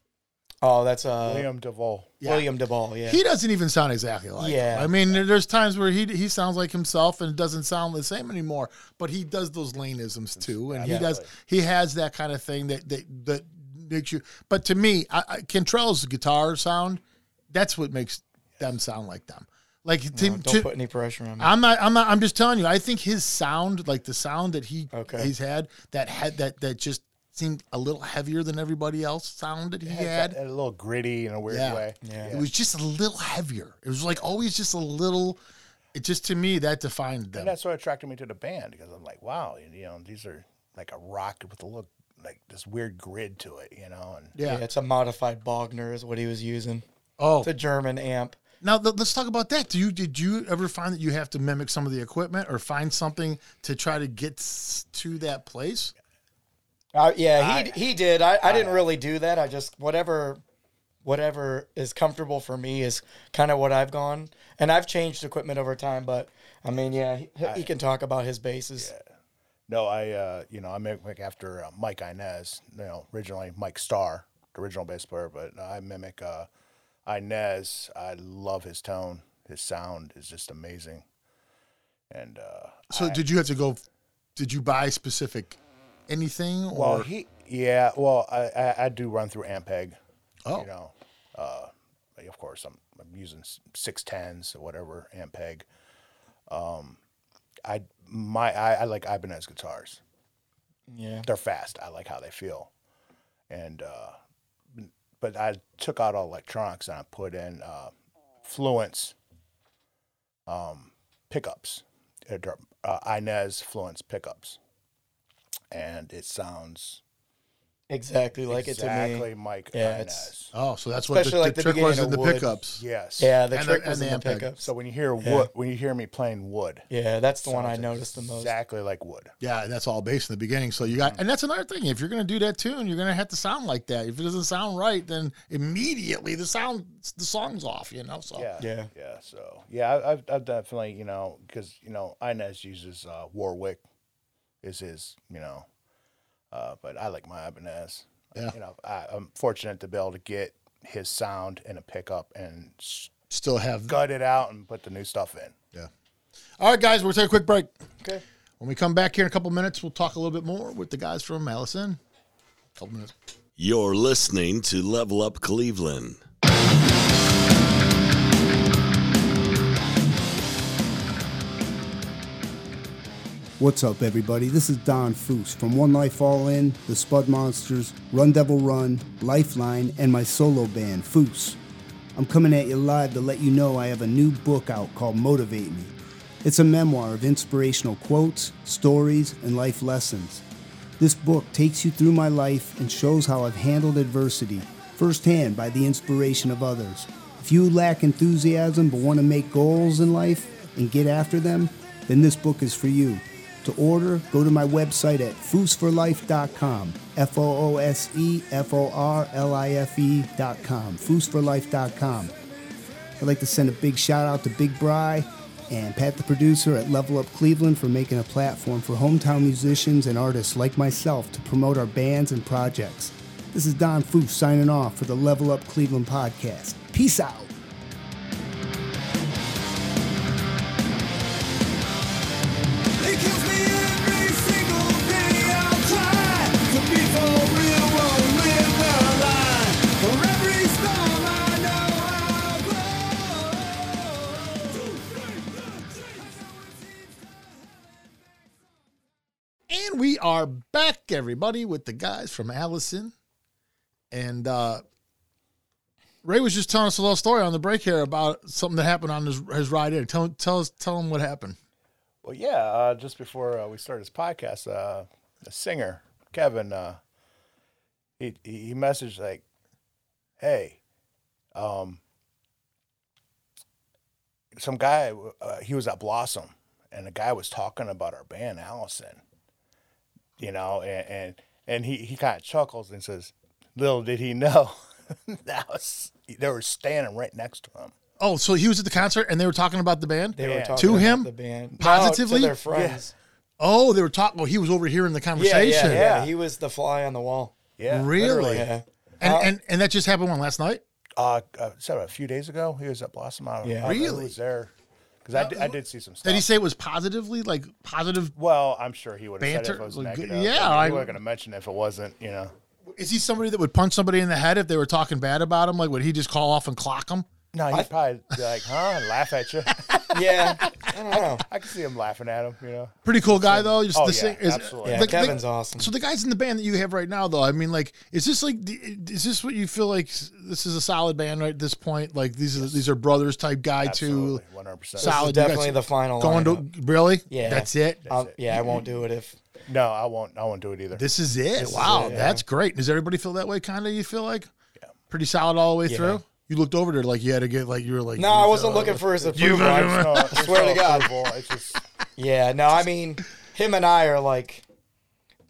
Speaker 2: Oh, that's uh, William,
Speaker 3: Liam DeVoe.
Speaker 1: Yeah.
Speaker 2: Duvall. Yeah.
Speaker 1: He doesn't even sound exactly like.
Speaker 2: Yeah.
Speaker 1: him. I mean, there- there's times where he he sounds like himself and it doesn't sound the same anymore. But he does those laneisms too, and he does he has that kind of thing that that that makes you. But to me, I, I, Cantrell's guitar sound, that's what makes them sound like them. Like to,
Speaker 2: Oh, Don't
Speaker 1: to-
Speaker 2: put any pressure on me.
Speaker 1: I'm not. I'm not. I'm just telling you. I think his sound, like the sound that he
Speaker 2: Okay.
Speaker 1: he's had, that had that that just seemed a little heavier than everybody else sound that he had.
Speaker 3: It's a, a little gritty in a weird
Speaker 1: Yeah.
Speaker 3: way.
Speaker 2: Yeah.
Speaker 1: It was just a little heavier. It was like always just a little. It just to me that defined them.
Speaker 3: And that's what attracted me to the band because I'm like, wow, you know, these are like a rock with a little like this weird grid to it, you know. And
Speaker 1: yeah.
Speaker 2: Yeah, it's a modified Bogner is what he was using.
Speaker 1: Oh,
Speaker 2: It's a German amp.
Speaker 1: now th- let's talk about that. Do you did you ever find that you have to mimic some of the equipment or find something to try to get s- to that place?
Speaker 2: Uh, yeah, he he did. I, I didn't really do that. I just whatever whatever is comfortable for me is kind of what I've gone. And I've changed equipment over time, but I mean, yeah, he, he can talk about his bases.
Speaker 3: no, I, uh, you know, I mimic after uh, Mike Inez, you know, originally Mike Starr, the original bass player, but I mimic uh, Inez. I love his tone. His sound is just amazing. And uh,
Speaker 1: So did you have to go? Did you buy specific anything? Or
Speaker 3: Well, he, yeah. Well, I, I, I do run through Ampeg.
Speaker 1: Oh.
Speaker 3: You know, uh, like, of course, I'm, I'm using six tens or whatever Ampeg. Um, I my I, I like Ibanez guitars.
Speaker 2: Yeah.
Speaker 3: They're fast. I like how they feel, and uh, but I took out all electronics and I put in uh, Fluence um, pickups, Uh, they're, uh, Inez Fluence pickups, and it sounds
Speaker 2: Exactly like
Speaker 3: exactly
Speaker 2: it to me.
Speaker 3: Mike
Speaker 2: Yeah,
Speaker 3: Inez.
Speaker 2: it's-
Speaker 1: oh, so that's what the,
Speaker 2: Especially like
Speaker 1: the
Speaker 2: the
Speaker 1: trick was
Speaker 2: beginning
Speaker 1: in
Speaker 2: of
Speaker 1: the
Speaker 2: Wood.
Speaker 1: pickups.
Speaker 3: yes.
Speaker 2: Yeah, the
Speaker 1: And
Speaker 2: trick
Speaker 1: the- and
Speaker 2: was in the
Speaker 1: the amp
Speaker 2: pickups.
Speaker 3: So when you hear wood, when you hear me playing wood,
Speaker 2: yeah, that's the one I
Speaker 3: sounds
Speaker 2: noticed the most.
Speaker 3: Exactly like wood.
Speaker 1: Yeah, that's all bass in the beginning. So you got, and that's another thing. If you're going to do that tune, you're going to have to sound like that. If it doesn't sound right, then immediately the sound, the song's off. You know. So
Speaker 2: Oh,
Speaker 3: Yeah.
Speaker 2: Yeah.
Speaker 3: Yeah. So yeah, I, I've, I've definitely you know because you know Inez uses uh, Warwick, is his you know, uh, but I like my Ibanez.
Speaker 1: Yeah.
Speaker 3: You know, I, I'm fortunate to be able to get his sound in a pickup and
Speaker 1: still have.
Speaker 3: gut it out and put the new stuff in.
Speaker 1: Yeah. All right, guys, we'll take a quick break.
Speaker 2: Okay.
Speaker 1: When we come back here in a couple minutes, we'll talk a little bit more with the guys from Allison. Couple minutes.
Speaker 4: You're listening to Level Up Cleveland.
Speaker 5: What's up, everybody? This is Don Foose from One Life All In, The Spud Monsters, Run Devil Run, Lifeline, and my solo band, Foose. I'm coming at you live to let you know I have a new book out called Motivate Me. It's a memoir of inspirational quotes, stories, and life lessons. This book takes you through my life and shows how I've handled adversity firsthand by the inspiration of others. If you lack enthusiasm but want to make goals in life and get after them, then this book is for you. To order, go to my website at foosforlife.com. F O O S E F O R L I F E E.com. Foosforlife.com. I'd like to send a big shout out to Big Bry and Pat the producer at Level Up Cleveland for making a platform for hometown musicians and artists like myself to promote our bands and projects. This is Don Foose signing off for the Level Up Cleveland podcast. Peace out.
Speaker 6: It kills me every single day. I try to be for real, won't live a lie. For every storm I know I'll grow. Two, three, four, three.
Speaker 1: And we we are back, everybody, with the guys from Allison. And uh, Ray was just telling us a little story on the break here about something that happened on his, his ride in. Tell tell us tell him what happened.
Speaker 3: Well, yeah, uh, just before uh, we started this podcast, uh, the singer Kevin, uh, he he he messaged like, "Hey, um, some guy, uh, he was at Blossom, and the guy was talking about our band, Allison, you know, and and, and he he kind of chuckles and says, "Little did he know, that was they were standing right next to him."
Speaker 1: Oh, so he was at the concert and they were talking about the band.
Speaker 2: They were
Speaker 3: Yeah.
Speaker 2: talking
Speaker 1: To
Speaker 2: about
Speaker 1: him?
Speaker 2: the band No,
Speaker 1: Positively?
Speaker 2: to their friends.
Speaker 1: Oh, they were talking. Well, he was over here in the
Speaker 2: Yeah, yeah,
Speaker 1: conversation.
Speaker 2: yeah,
Speaker 3: Yeah.
Speaker 2: He was the fly on the wall.
Speaker 3: Yeah,
Speaker 1: Really?
Speaker 2: Yeah, Uh,
Speaker 1: And, and and that just happened when last night.
Speaker 3: Uh, uh so a few days ago, he was at Blossom. I don't
Speaker 2: Yeah.
Speaker 3: I don't know who
Speaker 1: Really?
Speaker 3: was there because I, did- I did see some stuff.
Speaker 1: Did
Speaker 2: Uh,
Speaker 1: he say it was positively like positive?
Speaker 3: well, I'm sure he would have said it if
Speaker 1: Banter?
Speaker 3: it was
Speaker 1: Like,
Speaker 3: negative.
Speaker 1: yeah,
Speaker 3: I,
Speaker 1: I-
Speaker 3: he wasn't going to mention it if it wasn't. You know,
Speaker 1: Is he somebody that would punch somebody in the head if they were talking bad about him? Like, would he just call off and clock him?
Speaker 3: no, he'd probably be like, "Huh?" and laugh at you.
Speaker 2: yeah. I don't know.
Speaker 3: I could see him laughing at him. You know,
Speaker 1: Pretty cool guy though. Just
Speaker 3: Oh,
Speaker 1: the
Speaker 3: yeah,
Speaker 1: sing- is-
Speaker 3: absolutely.
Speaker 2: Yeah,
Speaker 1: like, the-
Speaker 2: Kevin's awesome.
Speaker 1: So the guys in the band that you have right now, though, I mean, like, is this like, the- is this what you feel like? s- This is a solid band right at this point. Like these are these are brothers type guy too.
Speaker 3: absolutely, one hundred
Speaker 1: So-
Speaker 3: percent.
Speaker 2: this
Speaker 1: solid. Oh, You
Speaker 2: is
Speaker 1: guys
Speaker 2: definitely the final.
Speaker 1: Going
Speaker 2: lineup.
Speaker 1: to really?
Speaker 2: Yeah.
Speaker 1: that's it.
Speaker 2: Um, yeah, I won't do it if
Speaker 3: No, I won't. I won't do it either.
Speaker 1: This is it. wow, that's great. Does everybody feel that way? Kind of? You feel like? Pretty solid all the way through. You looked over there like you had to get like you were like.
Speaker 2: No, I wasn't looking for his approval. I was-
Speaker 3: No, there's
Speaker 2: swear
Speaker 3: no
Speaker 2: to God.
Speaker 3: approval. It's just
Speaker 2: yeah, no, I mean, him and I are like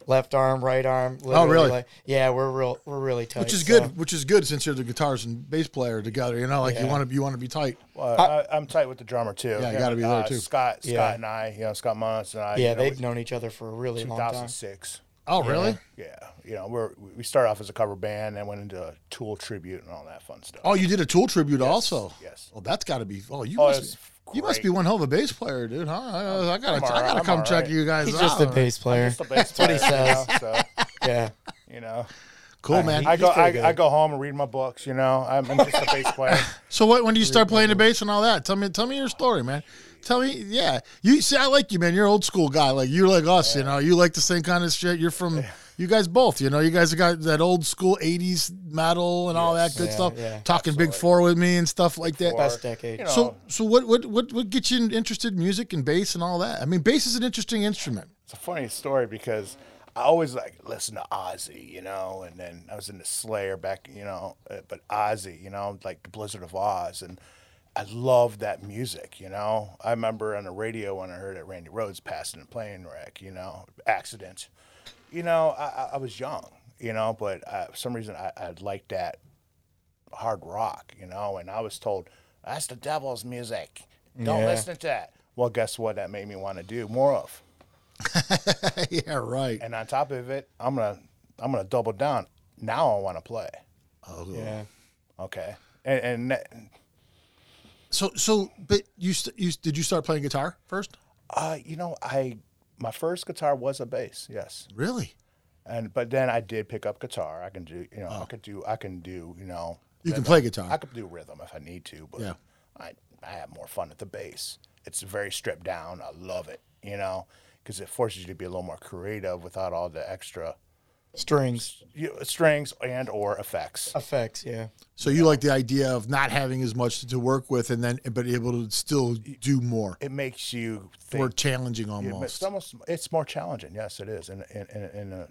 Speaker 2: left arm, right arm. literally,
Speaker 1: Oh, really?
Speaker 2: Like, yeah, we're real, we're really tight.
Speaker 1: Which is
Speaker 2: so-
Speaker 1: good. Which is good since you're the guitarist and bass player together. You know, like you
Speaker 2: Yeah.
Speaker 1: want to you want to be tight.
Speaker 3: well, I, I'm tight with the drummer too.
Speaker 1: Yeah, you gotta be there,
Speaker 3: Uh,
Speaker 1: too.
Speaker 3: Scott, Scott
Speaker 2: Yeah.
Speaker 3: and I. You know, Scott Munz and I.
Speaker 2: Yeah,
Speaker 3: you know,
Speaker 2: they've
Speaker 3: was
Speaker 2: known each other for a really long time.
Speaker 3: 2006.
Speaker 1: Oh, really?
Speaker 3: Yeah, you know, we're we started off as a cover band and went into a Tool tribute and all that fun stuff.
Speaker 1: Oh, you did a Tool tribute also.
Speaker 3: yes.
Speaker 1: Oh, that's got to be. Oh, you
Speaker 3: Oh,
Speaker 1: must.
Speaker 3: it's
Speaker 1: You must
Speaker 3: great.
Speaker 1: be one hell of a bass player, dude. Huh? I, I gotta.
Speaker 3: I'm all
Speaker 1: I
Speaker 3: right,
Speaker 1: gotta
Speaker 3: I'm
Speaker 1: come
Speaker 3: all
Speaker 1: check
Speaker 3: right.
Speaker 1: you guys
Speaker 2: He's
Speaker 1: out.
Speaker 2: just a bass player.
Speaker 3: Just a bass
Speaker 2: what he
Speaker 3: player, you know, so,
Speaker 2: Yeah,
Speaker 3: you know,
Speaker 1: Cool, man.
Speaker 3: I go
Speaker 2: pretty
Speaker 3: I,
Speaker 2: good.
Speaker 3: I go home and read my books. You know, I'm, I'm just a bass player.
Speaker 1: So what? When do you start playing the bass and all that? Tell me. Tell me your story, man. Tell me. Yeah. You see, I like you, man. You're an old school guy. Like you're like us. You know. You like the same kind of shit. You're from. You guys both. You know. You guys got that old school '80s metal and all that good
Speaker 2: Yeah,
Speaker 1: stuff.
Speaker 2: yeah.
Speaker 1: Talking Big Four with me and stuff like that.
Speaker 3: Four.
Speaker 2: best decade.
Speaker 3: You know,
Speaker 1: So, so what, what, what, what gets you interested in music and bass and all that? I mean, bass is an interesting instrument.
Speaker 3: it's a funny story because I always like listen to Ozzy, you know, and then I was into Slayer back, you know, uh, but Ozzy, you know, like the Blizzard of Oz, and I love that music, you know. I remember on the radio when I heard that Randy Rhodes passed in a plane wreck, you know, accident. You know, I, I- I was young, you know, but I, for some reason I, I liked that hard rock, you know, and I was told that's the devil's music. Don't
Speaker 2: Yeah.
Speaker 3: listen to that. Well, guess what? That made me want to do more of
Speaker 1: yeah, right.
Speaker 3: and on top of it, I'm gonna I'm gonna double down. Now I want to play.
Speaker 2: Yeah,
Speaker 3: Okay, and and that-
Speaker 1: So, so, but you, st- you did you start playing guitar first?
Speaker 3: uh, you know, I my first guitar was a bass, yes,
Speaker 1: Really?
Speaker 3: and but then I did pick up guitar. I can do you know I could do I can do you know
Speaker 1: Oh. You can play guitar.
Speaker 3: I could do rhythm if I need to, but
Speaker 1: Yeah.
Speaker 3: I I have more fun at the bass. It's very stripped down. I love it, you know, because it forces you to be a little more creative without all the extra
Speaker 2: strings
Speaker 3: you strings and or effects.
Speaker 2: effects. Yeah,
Speaker 1: So you like the idea of not having as much to work with, and then but able to still do more
Speaker 3: It makes you think
Speaker 1: or challenging
Speaker 3: Yeah, but
Speaker 1: almost.
Speaker 3: It's almost it's more challenging. Yes, it is in in in, in a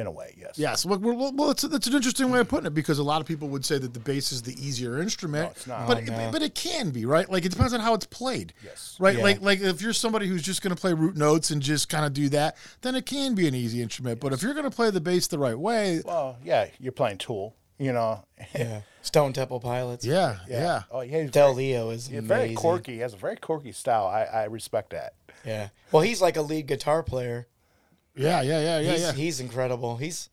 Speaker 3: in a way. Yes.
Speaker 1: Yes, well, well, well it's, that's an interesting way of putting it because a lot of people would say that the bass is the easier instrument,
Speaker 3: it's not.
Speaker 1: but but it can be right. Like it depends on how it's played.
Speaker 3: Yes.
Speaker 1: right.
Speaker 2: Yeah.
Speaker 1: Like like if you're somebody who's just going to play root notes and just kind of do that, then it can be an easy instrument. But if you're going to play the bass the right way,
Speaker 3: Well, yeah, you're playing Tool. You know.
Speaker 2: yeah. Stone Temple Pilots.
Speaker 1: yeah, yeah,
Speaker 3: Oh, yeah. He's
Speaker 2: Del Leo is
Speaker 3: very,
Speaker 2: amazing.
Speaker 3: very quirky. He has a very quirky style. I, I respect that.
Speaker 2: Yeah. Well, he's like a lead guitar player.
Speaker 1: yeah, yeah, yeah, yeah,
Speaker 2: he's,
Speaker 1: yeah.
Speaker 2: he's incredible. He's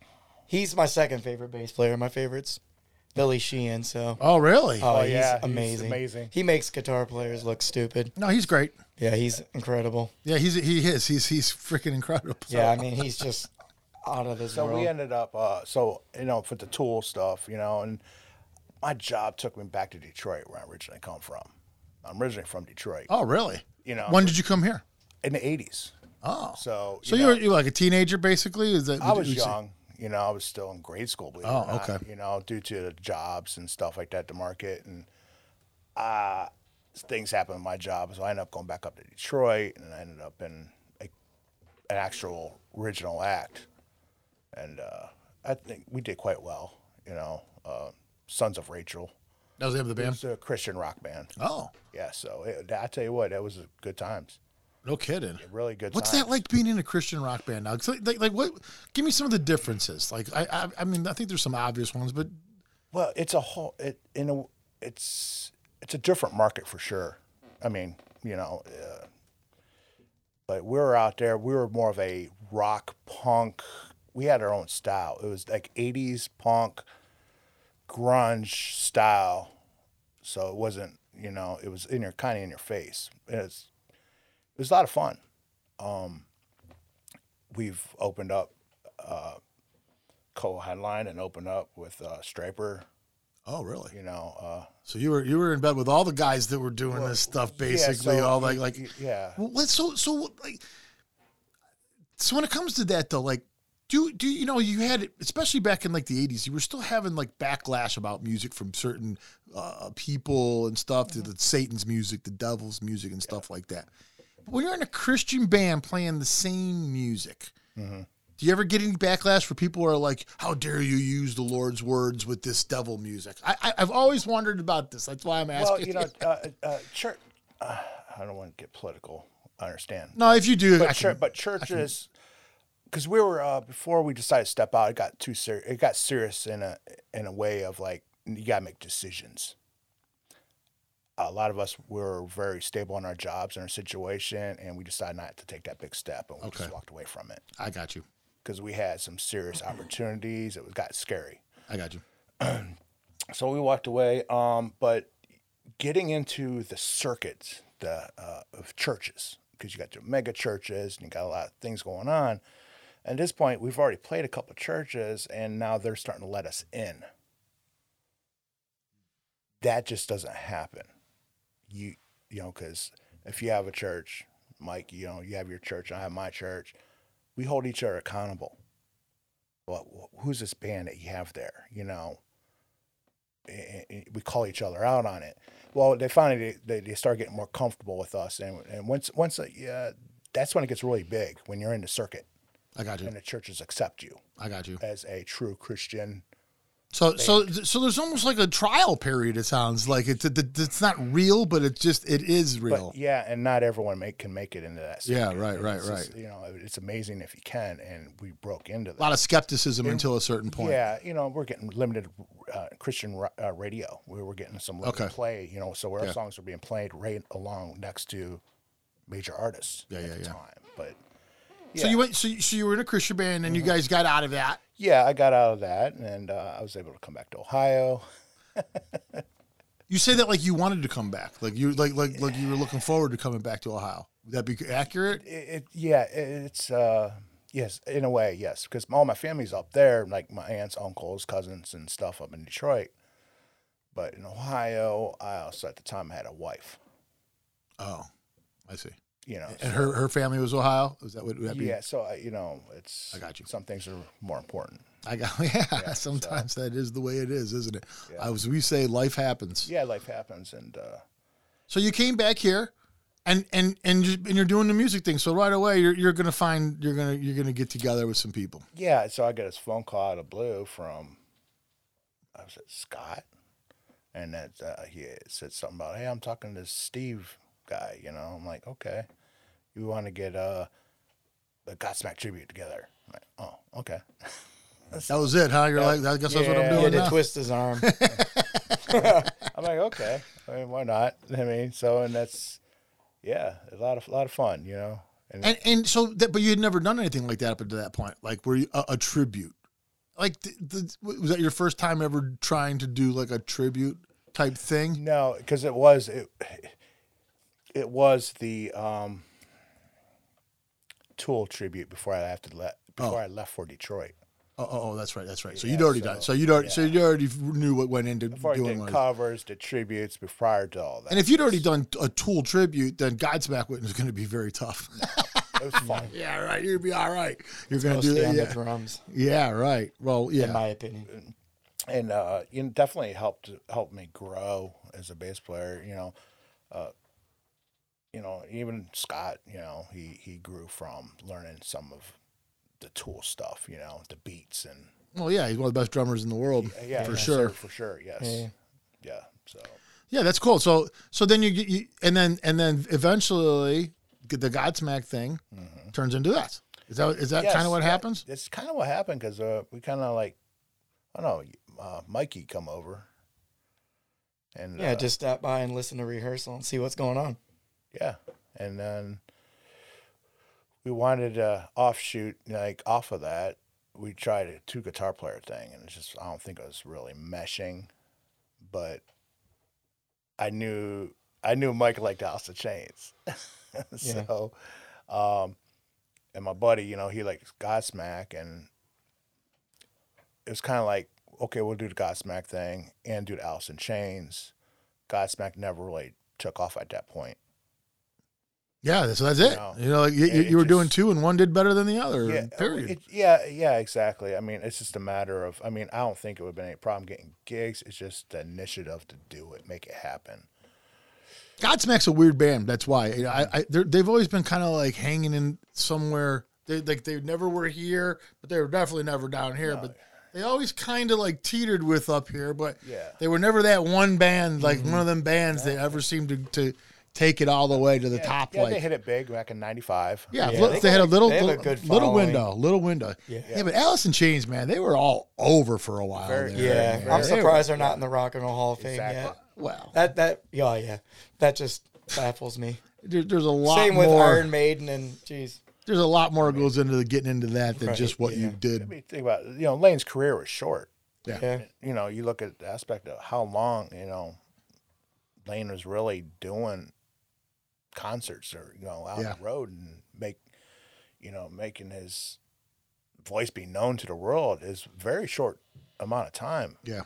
Speaker 2: he's my second favorite bass player. My favorite's Billy Sheehan. So
Speaker 1: Oh, really?
Speaker 2: oh, he's
Speaker 3: yeah, he's
Speaker 2: amazing.
Speaker 3: amazing.
Speaker 2: He makes guitar players look stupid.
Speaker 1: no, he's great.
Speaker 2: Yeah, he's incredible.
Speaker 1: Yeah, he's he is. He's he's freaking incredible.
Speaker 2: Yeah, I mean he's just out of this
Speaker 3: So
Speaker 2: world.
Speaker 3: we ended up. Uh, so you know, for the Tool stuff, you know, and my job took me back to Detroit, where I originally come from. I'm originally from Detroit.
Speaker 1: Oh, really?
Speaker 3: You know,
Speaker 1: when did you come here?
Speaker 3: in the '80s.
Speaker 1: Oh,
Speaker 3: So,
Speaker 1: so you
Speaker 3: know,
Speaker 1: were you were like a teenager basically? Is that
Speaker 3: I was
Speaker 1: you say-
Speaker 3: young. You know, I was still in grade school, believe
Speaker 1: Oh,
Speaker 3: it or not.
Speaker 1: okay.
Speaker 3: You know, due to the jobs and stuff like that, the market and uh, things happened in my job, so I ended up going back up to Detroit, and I ended up in a, an actual original act, and uh, I think we did quite well. You know, uh, Sons of Rachel,
Speaker 1: That was the name of the band.
Speaker 3: it's a Christian rock band.
Speaker 1: Oh,
Speaker 3: Yeah, so it, I tell you what, that was good times,
Speaker 1: no kidding.
Speaker 3: really good.
Speaker 1: What's
Speaker 3: times.
Speaker 1: that like being in a Christian rock band now? 'Cause, Like, like what? Give me some of the differences. Like, I, I, I mean, I think there's some obvious ones, but
Speaker 3: Well, it's a whole it in a it's it's a different market for sure. I mean, you know, uh, but we were out there. We were more of a rock punk. We had our own style. It was like '80s punk, grunge style. So it wasn't, you know, it was in your kind of in your face. It's it was a lot of fun. Um, we've opened up co-headline and opened up with uh, Striper.
Speaker 1: oh, really?
Speaker 3: You know, uh,
Speaker 1: So you were you were in bed with all the guys that were doing this stuff, basically
Speaker 3: so
Speaker 1: all
Speaker 3: y-
Speaker 1: like like
Speaker 3: y- yeah.
Speaker 1: Well, let's so so what, like so when it comes to that though, like do do you know you had especially back in like the eighties, you were still having like backlash about music from certain uh, people and stuff,
Speaker 3: Mm-hmm.
Speaker 1: to the Satan's music, the devil's music, and stuff like that. But when you're in a Christian band playing the same music.
Speaker 3: Mm-hmm.
Speaker 1: Do you ever get any backlash for people who are like, "How dare you use the Lord's words with this devil music"? I, I, I've always wondered about this. That's why I'm asking.
Speaker 3: Well, you know, uh, uh, church. Uh, I don't want to get political. I understand.
Speaker 1: no, if you do, I
Speaker 3: but,
Speaker 1: can-
Speaker 3: church, but churches, because we were uh, before we decided to step out, it got too serious. It got serious in a in a way of like you gotta make decisions. A lot of us were very stable in our jobs and our situation, and we decided not to take that big step, and we
Speaker 1: Okay.
Speaker 3: just walked away from it
Speaker 1: I got you.
Speaker 3: because we had some serious opportunities. It was got scary.
Speaker 1: I got you.
Speaker 3: so we walked away. Um, but getting into the circuits, the uh, of churches, because you got your mega churches and you got a lot of things going on. At this point, we've already played a couple churches, and now they're starting to let us in. That just doesn't happen. You you know, because if you have a church, Mike, you know, you have your church, I have my church. We hold each other accountable. Well, who's this band that you have there? You know, and- and eh, we call each other out on it. Well, they finally they, they start getting more comfortable with us, and and once once uh, yeah, that's when it gets really big when you're in the circuit
Speaker 1: I got you.
Speaker 3: and the churches accept you
Speaker 1: I got you.
Speaker 3: as a true Christian.
Speaker 1: So, so, so there's almost like a trial period. It sounds like it's it, it's not real, but it's just it is real.
Speaker 3: But yeah, and not everyone make can make it into that. circuit.
Speaker 1: yeah, right, right,
Speaker 3: It's
Speaker 1: right.
Speaker 3: just, you know, it's amazing if you can, and we broke into that.
Speaker 1: a lot of skepticism until a certain point.
Speaker 3: Yeah, you know, we're getting limited uh, Christian ra- uh, radio. We were getting some limited
Speaker 1: Okay.
Speaker 3: play, you know, so our songs were being played right along next to major artists
Speaker 1: Yeah,
Speaker 3: at
Speaker 1: yeah,
Speaker 3: the
Speaker 1: yeah.
Speaker 3: time. But
Speaker 1: So you went. So, you- so you were in a Christian band,
Speaker 3: Mm-hmm.
Speaker 1: and you guys got out of that.
Speaker 3: yeah, I got out of that, and uh, I was able to come back to Ohio.
Speaker 1: You say that like you wanted to come back, like you like like like you were looking forward to coming back to Ohio. Would that be accurate?
Speaker 3: It, it yeah, it, it's uh, yes, in a way, yes, because all my family's up there, like my aunts, uncles, cousins, and stuff up in Detroit. But in Ohio, I also at the time had a wife,
Speaker 1: Oh, I see.
Speaker 3: you know.
Speaker 1: And her her family was Ohio. Was that what would that be?
Speaker 3: yeah, so I, you know, it's
Speaker 1: I got you.
Speaker 3: Some things are more important.
Speaker 1: I got. Yeah. sometimes that is the way it is, isn't it? As we say, life happens.
Speaker 3: Yeah, life happens, and uh,
Speaker 1: So you came back here, and and and you- and you're doing the music thing. So right away, you're you're gonna find you're gonna you're gonna get together with some people.
Speaker 3: yeah, so I got this phone call out of blue from, I was at Scott, and that uh, he said something about, hey, I'm talking to this Steve guy, you know. I'm like, okay, you want to get uh, the Godsmack tribute together? I'm like, oh, okay.
Speaker 1: That was it, huh? You're like, I guess that's what I'm
Speaker 3: Yeah.
Speaker 1: doing
Speaker 2: He had to
Speaker 1: now.
Speaker 2: twist his arm.
Speaker 3: I'm like, okay, I mean, why not? I mean, so and that's, yeah, a lot of a lot of fun, you know. And,
Speaker 1: And and so that, but you had never done anything like that up until that point. Like, were you a, a tribute? Like, the, the, was that your first time ever trying to do like a tribute type thing?
Speaker 3: no, because it was it, it was the um, Tool tribute before I have to let before I left for Detroit.
Speaker 1: Oh, oh, oh, that's right, that's right. So you'd already done. it. So you'd already, so you already knew what went into
Speaker 3: Before I
Speaker 1: doing
Speaker 3: did
Speaker 1: one. of those.
Speaker 3: covers, the tributes, before prior to all that.
Speaker 1: And if you'd already done a Tool tribute, then Godsmack was going to be very tough.
Speaker 3: It was fun.
Speaker 1: Yeah, right. You'd be all right. You're gonna do
Speaker 2: mostly
Speaker 1: that.
Speaker 2: on the
Speaker 1: Yeah.
Speaker 2: drums,
Speaker 1: yeah, right. Well, yeah.
Speaker 2: in my opinion.
Speaker 3: and uh, you know, definitely helped helped me grow as a bass player. You know, uh, you know, even Scott, you know, he he grew from learning some of the tool stuff. You know, the beats and
Speaker 1: well, yeah. He's one of the best drummers in the world,
Speaker 3: yeah,
Speaker 1: for
Speaker 3: yes,
Speaker 1: sure.
Speaker 3: sir, for sure, yes, yeah.
Speaker 2: Yeah.
Speaker 3: so
Speaker 1: Yeah, that's cool. So, so then you, get- you and then and then eventually get the Godsmack thing turns into that. Is that is that
Speaker 3: Mm-hmm. Yes,
Speaker 1: kind of what
Speaker 3: that-
Speaker 1: happens?
Speaker 3: It's kind of what happened because uh, we kind of like, I don't know, uh, Mikey come over. And
Speaker 2: Yeah,
Speaker 3: uh,
Speaker 2: just stop by and listen to rehearsal and see what's going on.
Speaker 3: Yeah, and then we wanted to offshoot like off of that. We tried a two guitar player thing, and it's just I don't think it was really meshing. But I knew I knew Mike liked House of Chains, so um, and my buddy, you know, he likes Godsmack, and it was kind of like okay, we'll do the Godsmack thing and do the Alice in Chains. Godsmack never really took off at that point.
Speaker 1: Yeah, so that's it.
Speaker 3: No.
Speaker 1: You know, like you,
Speaker 3: It-
Speaker 1: you,
Speaker 3: it
Speaker 1: you were doing
Speaker 3: just-
Speaker 1: two, and one did better than the other.
Speaker 3: Yeah, uh,
Speaker 1: period.
Speaker 3: it- yeah, yeah, exactly. I mean, it's just a matter of. I mean, I don't think it would have been any problem getting gigs. It's just the initiative to do it, make it happen.
Speaker 1: Godsmack's a weird band. That's why You know, I, I they're- they've always been kind of like hanging in somewhere. They like they never were here, but they were definitely never down here. But they always kind of like teetered with up here. But
Speaker 3: Yeah.
Speaker 1: they were never that one band, like
Speaker 2: Mm-hmm.
Speaker 1: one of them bands that ever seemed to, to take it all the way to the top.
Speaker 3: Yeah,
Speaker 1: like
Speaker 3: they hit it big back in '95.
Speaker 1: yeah,
Speaker 2: Yeah,
Speaker 1: look, they,
Speaker 2: they
Speaker 1: had a
Speaker 2: got a-
Speaker 1: little
Speaker 2: they have a
Speaker 1: little,
Speaker 2: good
Speaker 1: little
Speaker 2: following.
Speaker 1: window, little window. Yeah. yeah, but Alice in Chains, man, they were all over for a while.
Speaker 3: Very-
Speaker 1: there.
Speaker 2: Yeah,
Speaker 1: man.
Speaker 2: I'm
Speaker 1: They were-
Speaker 2: surprised they're not in the Rock and Roll Hall of Fame yet.
Speaker 3: Exactly.
Speaker 1: Wow,
Speaker 2: That that yeah yeah, that just baffles me.
Speaker 1: there, there's a lot.
Speaker 2: Same with
Speaker 1: more.
Speaker 2: Iron Maiden and geez,
Speaker 1: There's a lot more goes into the getting into that than
Speaker 2: Right,
Speaker 1: just what you
Speaker 3: I
Speaker 1: did.
Speaker 3: mean, think about it, you know Lane's career was short.
Speaker 2: yeah,
Speaker 3: You know, you look at the aspect of how long you know Lane was really doing concerts or you know out
Speaker 1: Yeah.
Speaker 3: on the road and make you know making his voice be known to the world is very short amount of time.
Speaker 1: Yeah.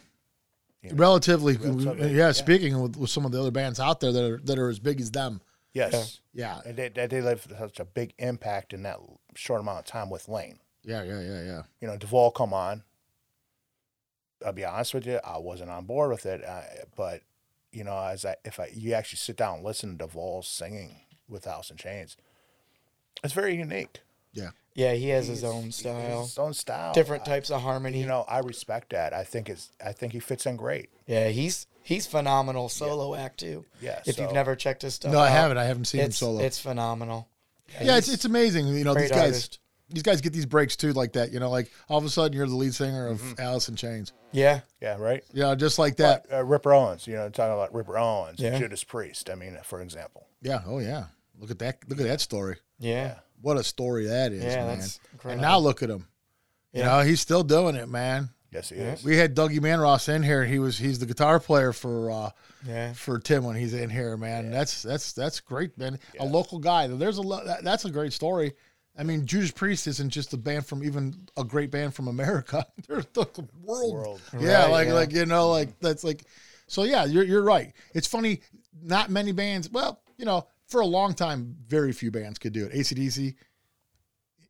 Speaker 3: Yeah.
Speaker 1: Relatively,
Speaker 3: Relatively,
Speaker 1: yeah,
Speaker 3: yeah.
Speaker 1: Speaking with, with some of the other bands out there that are that are as big as them,
Speaker 3: Yes.
Speaker 1: yeah,
Speaker 3: and they, that they left such a big impact in that l- short amount of time with Lane.
Speaker 1: yeah, yeah, yeah, yeah.
Speaker 3: You know, Duvall come on. I'll be honest with you, I wasn't on board with it, I, but you know, as I if I you actually sit down and listen to Duvall singing with House and Chains, it's very unique.
Speaker 2: yeah. He has his
Speaker 3: He's-
Speaker 2: own
Speaker 3: he's
Speaker 2: style,
Speaker 3: his own style,
Speaker 2: different
Speaker 3: I-
Speaker 2: types of harmony.
Speaker 3: you know, I respect that. I think it's I think he fits in great.
Speaker 2: yeah, he's he's phenomenal solo act too.
Speaker 3: Yeah,
Speaker 2: if you've
Speaker 3: so-
Speaker 2: never checked his stuff,
Speaker 1: No, I
Speaker 2: out,
Speaker 1: haven't. I haven't seen him
Speaker 2: Uh, It's
Speaker 1: solo.
Speaker 2: it's phenomenal.
Speaker 1: yeah, it's, it's amazing. You know, these
Speaker 2: great
Speaker 1: guys,
Speaker 2: artist.
Speaker 1: these guys get these breaks too, like that. You know, like all of a sudden you're the lead singer of
Speaker 2: Mm-hmm.
Speaker 1: Alice in Chains.
Speaker 2: Yeah,
Speaker 3: Yeah, right.
Speaker 1: You know, just like that.
Speaker 3: Uh, Ripper Owens, you know, talking about Ripper Owens,
Speaker 2: Yeah.
Speaker 3: Judas Priest. I mean, for example,
Speaker 1: Yeah. Oh yeah. Look at that. Look at that story.
Speaker 2: yeah,
Speaker 1: What a story that is,
Speaker 2: Yeah,
Speaker 1: man.
Speaker 2: that's
Speaker 1: and
Speaker 2: incredible.
Speaker 1: now look at him. You know, he's still doing it, man.
Speaker 3: yes, he
Speaker 2: Yeah.
Speaker 3: is.
Speaker 1: We had Dougie Manross in here. He was he's the guitar player for uh,
Speaker 2: yeah.
Speaker 1: for Tim when he's in here, man. That's that's that's great, man. A local guy. There's a lo- that, that's a great story. I mean, Judas Priest isn't just a band from even a great band from America. They're the world.
Speaker 3: World.
Speaker 1: Yeah,
Speaker 2: Right,
Speaker 1: like
Speaker 2: yeah.
Speaker 1: like you know, like that's like. So yeah, you're you're right. It's funny. Not many bands. Well, you know, for a long time, very few bands could do it. ACDC,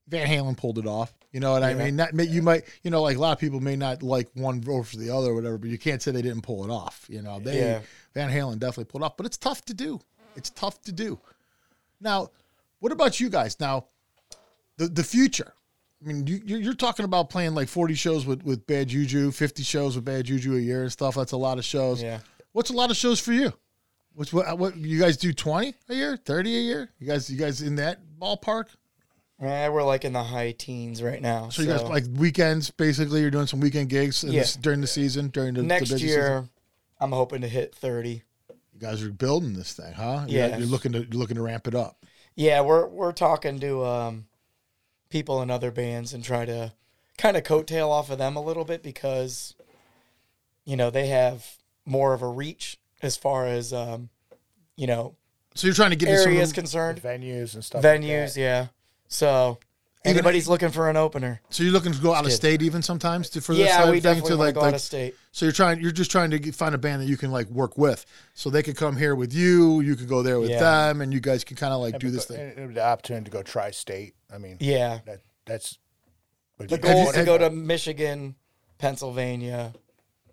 Speaker 1: Van Halen pulled it off. You know what I mean? That may, you might, you know, like a lot of people may not like one over the other, or whatever. But you can't say they didn't pull it off. You know, they
Speaker 2: Yeah.
Speaker 1: Van Halen definitely pulled it off, but it's tough to do. It's tough to do. Now, what about you guys? Now, the the future. I mean, you, you're, you're talking about playing like 40 shows with, with Bad Juju, 50 shows with Bad Juju a year and stuff. That's a lot of shows.
Speaker 2: Yeah.
Speaker 1: What's a lot of shows for you? What's what, what you guys do 20 a year, 30 a year? You guys, you guys in that ballpark?
Speaker 2: Eh, we're like in the high teens right now.
Speaker 1: So you guys like weekends, basically, you're doing some weekend gigs in
Speaker 2: Yeah.
Speaker 1: this- during the season, during the the
Speaker 2: next
Speaker 1: busy
Speaker 2: year,
Speaker 1: season.
Speaker 2: I'm hoping to hit 30.
Speaker 1: You guys are building this thing, huh? You
Speaker 2: Yeah.
Speaker 1: guys- You're looking to you're looking to ramp it up.
Speaker 2: Yeah, we're we're talking to um, people in other bands and try to kind of coattail off of them a little bit because you know they have more of a reach as far as um, you know
Speaker 1: So you're trying to get into some of
Speaker 2: areas
Speaker 1: the-
Speaker 2: concerned,
Speaker 3: Venues and stuff. like that.
Speaker 2: venues. Yeah, so Anybody's looking for an opener.
Speaker 1: So you're looking to go out of state even sometimes to, for this
Speaker 2: Yeah,
Speaker 1: type
Speaker 2: we
Speaker 1: of thing
Speaker 2: definitely
Speaker 1: to
Speaker 2: wanna
Speaker 1: like,
Speaker 2: go
Speaker 1: like
Speaker 2: out of state.
Speaker 1: So you're trying you're just trying to get, find a band that you can like work with. So they could come here with you, you could go there with
Speaker 2: Yeah.
Speaker 1: them and you guys can kind of like do this
Speaker 3: But
Speaker 1: thing.
Speaker 3: it- it was The opportunity to go tri-state. I mean,
Speaker 2: Yeah.
Speaker 3: that that's
Speaker 2: The
Speaker 1: Have
Speaker 2: goal
Speaker 1: you-
Speaker 2: is to go to Michigan, Pennsylvania.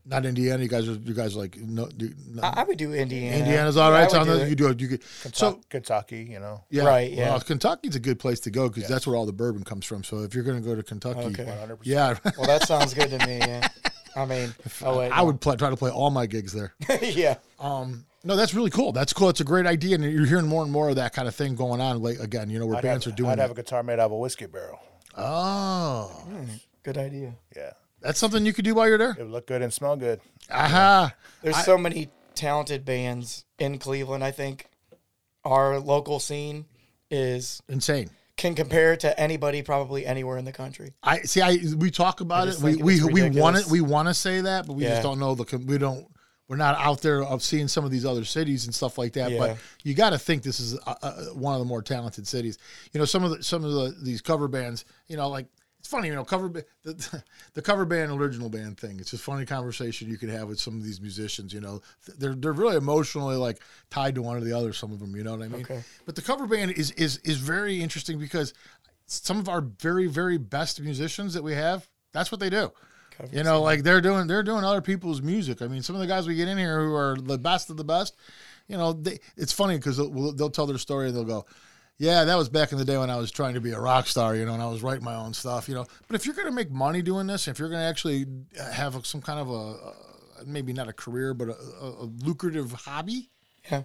Speaker 1: Not Indiana, you guys are you guys are like no, do, no
Speaker 2: I, I would do Indiana.
Speaker 1: Indiana's all
Speaker 2: Uh, Yeah, I
Speaker 1: right. So
Speaker 2: would do
Speaker 1: I know
Speaker 2: it.
Speaker 1: you do it. You could so
Speaker 3: Kentucky. You know,
Speaker 1: yeah,
Speaker 2: Right, yeah.
Speaker 1: Well, Kentucky's a good place to go because that's where all the bourbon comes from. So if you're going to go to Kentucky, yeah,
Speaker 2: Well, that sounds good to me. Yeah. I mean, oh, wait,
Speaker 1: I would play, try to play all my gigs there.
Speaker 2: yeah.
Speaker 1: No, that's really cool. That's cool. It's a great idea, and you're hearing more and more of that kind of thing going on. Like again, you know, where
Speaker 3: I'd
Speaker 1: bands
Speaker 3: have,
Speaker 1: are doing.
Speaker 3: I'd have a Mm.
Speaker 1: that.
Speaker 3: guitar made out of a whiskey barrel.
Speaker 1: oh,
Speaker 2: Good idea.
Speaker 3: Yeah,
Speaker 1: that's something you could do while you're there.
Speaker 3: it would look good and smell good.
Speaker 1: Aha!
Speaker 2: There's so many talented bands in Cleveland. I think our local scene is
Speaker 1: Insane.
Speaker 2: can compare to anybody probably anywhere in the country.
Speaker 1: I see. I we talk about it.
Speaker 2: just
Speaker 1: We
Speaker 2: think
Speaker 1: we
Speaker 2: it's
Speaker 1: we want it.
Speaker 2: ridiculous.
Speaker 1: We want to say that, but we
Speaker 2: Yeah.
Speaker 1: just don't know the. com- We don't. We're not out there of seeing some of these other cities and stuff like that.
Speaker 2: Yeah.
Speaker 1: But you got to think this is uh, uh, one of the more talented cities. You know, some of the some of the these cover bands. You know, like it's funny. You know, cover ba- the, the cover band original band thing. It's just funny conversation you could have with some of these musicians. You know, Th- they're they're really emotionally like tied to one or the other. Some of them. You know what I mean?
Speaker 2: Okay.
Speaker 1: But the cover band is is is very interesting because some of our very very best musicians that we have that's what they do you know like they're doing they're doing other people's music i mean some of the guys we get in here who are the best of the best you know they, it's funny because they'll, they'll tell their story and they'll go yeah that was back in the day when i was trying to be a rock star you know and i was writing my own stuff you know but if you're going to make money doing this if you're going to actually have some kind of a, a maybe not a career but a, a, a lucrative hobby
Speaker 2: Yeah.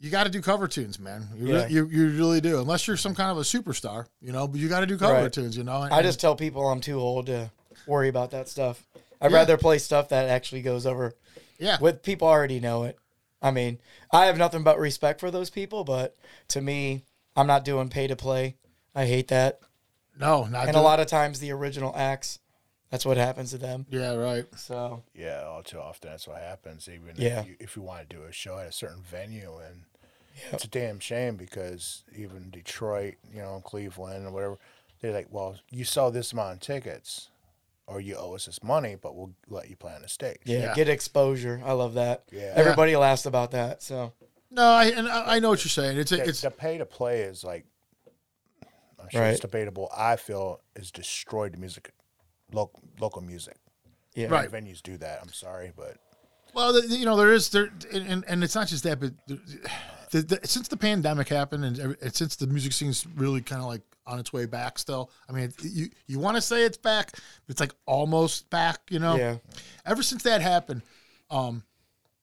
Speaker 1: you got to do cover tunes, man. You,
Speaker 2: Yeah.
Speaker 1: really, you you really do, unless you're some kind of a superstar, you know. But you got to do cover
Speaker 2: Right.
Speaker 1: tunes, you know.
Speaker 2: I just tell people I'm too old to worry about that stuff. I'd rather play stuff that actually goes over
Speaker 1: yeah,
Speaker 2: with people already know it. I mean, I have nothing but respect for those people, but to me, I'm not doing pay to play. I hate that.
Speaker 1: no, not
Speaker 2: And a lot of times the original acts, that's what happens to them.
Speaker 1: yeah, right.
Speaker 2: So
Speaker 3: Yeah, all too often that's what happens. Even
Speaker 2: Yeah.
Speaker 3: if, you, if you want to do a show at a certain venue, and it's a damn shame because even Detroit, you know, Cleveland, or whatever, they're like, "Well, you sell this amount of tickets, or you owe us this money, but we'll let you play on the stage."
Speaker 2: yeah,
Speaker 1: Yeah.
Speaker 2: get exposure. I love that.
Speaker 3: Yeah.
Speaker 2: Everybody laughs about that. So
Speaker 1: No, I and I, I know what you're saying. It's a,
Speaker 3: the,
Speaker 1: it's
Speaker 3: the pay to play is like, I'm sure
Speaker 2: Right.
Speaker 3: it's debatable. I feel has destroyed the music, local local music.
Speaker 2: yeah.
Speaker 1: Right.
Speaker 3: Venues do that. I'm sorry, but
Speaker 1: Well, the, the- you know, there is there, and, and, and it's not just that, but the, the, the, since the pandemic happened, and, every- and since the music scene's really kind of like on its way back, still. I mean, it, you you want to say it's back, but it's like almost back, you know.
Speaker 2: Yeah.
Speaker 1: Ever since that happened, um,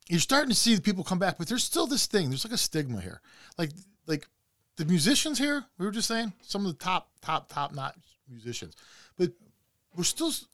Speaker 1: you're starting to see the people come back, but there's still this thing. There's like a stigma here, like like the musicians here. We were just saying some of the top top top notch musicians, but we're still s-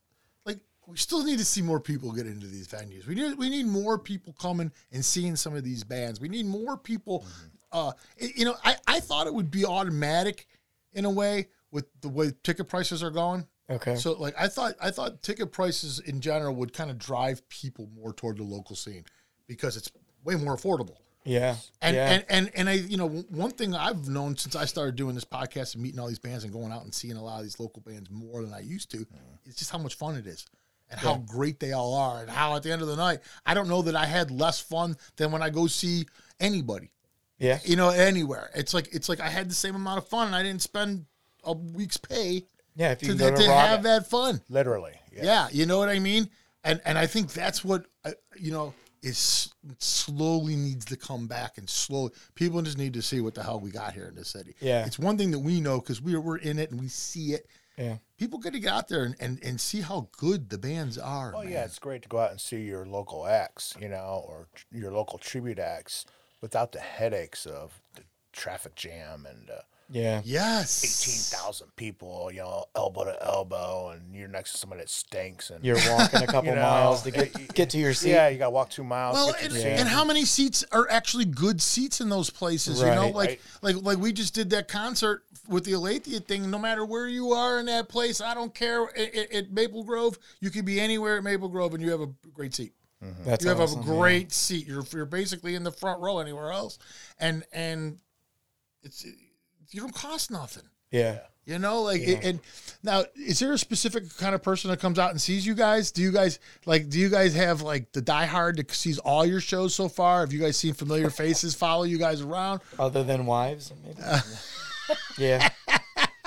Speaker 1: like we still need to see more people get into these venues. We need we need more people coming and seeing some of these bands. We need more people. Uh, y- you know, I I thought it would be automatic in a way with the way ticket prices are going.
Speaker 2: Okay.
Speaker 1: So like I thought I thought ticket prices in general would kind of drive people more toward the local scene because it's way more affordable.
Speaker 2: yeah.
Speaker 1: And,
Speaker 2: yeah.
Speaker 1: and and and I, you know, one thing I've known since I started doing this podcast and meeting all these bands and going out and seeing a lot of these local bands more than I used to,
Speaker 2: Mm.
Speaker 1: is just how much fun it is, and how great they all are, and how at the end of the night, I don't know that I had less fun than when I go see anybody,
Speaker 2: yeah.
Speaker 1: you know, anywhere. It's like it's like I had the same amount of fun, and I didn't spend a week's pay
Speaker 2: Yeah. If
Speaker 1: to,
Speaker 2: you can go
Speaker 1: to,
Speaker 2: to rock,
Speaker 1: have that fun.
Speaker 3: literally,
Speaker 1: Yeah, you know what I mean. And and I think that's what uh, you know is slowly needs to come back and slowly people just need to see what the hell we got here in this city.
Speaker 2: Yeah.
Speaker 1: it's one thing that we know because we we're in it and we see it.
Speaker 2: Yeah.
Speaker 1: People got to get out there and, and, and see how good the bands are.
Speaker 3: Oh
Speaker 1: man.
Speaker 3: yeah, it's great to go out and see your local acts, you know, or tr- your local tribute acts without the headaches of the traffic jam and uh,
Speaker 2: Yeah.
Speaker 1: Yes.
Speaker 3: eighteen thousand people, you know, elbow to elbow, and you're next to somebody that stinks, and
Speaker 2: You're walking a couple
Speaker 3: know,
Speaker 2: miles to get get to your seat.
Speaker 3: yeah, you got to walk two miles.
Speaker 1: Well,
Speaker 3: get to
Speaker 1: and,
Speaker 3: the
Speaker 1: and how many seats are actually good seats in those places? you know,
Speaker 2: Right.
Speaker 1: like
Speaker 3: Right.
Speaker 1: like like we just did that concert with the Alathia thing. No matter where you are in that place, I don't care. At, at- at Maple Grove, you could be anywhere at Maple Grove, and you have a great seat.
Speaker 2: That's
Speaker 1: You have
Speaker 2: awesome.
Speaker 1: a great seat. You're you're basically in the front row anywhere else, and and it's you don't cost nothing.
Speaker 2: Yeah.
Speaker 1: You know, like it- and now is there a specific kind of person that comes out and sees you guys? Do you guys like do you guys have like the diehard that sees all your shows so far? Have you guys seen familiar faces follow you guys around?
Speaker 2: Other than wives, maybe. yeah.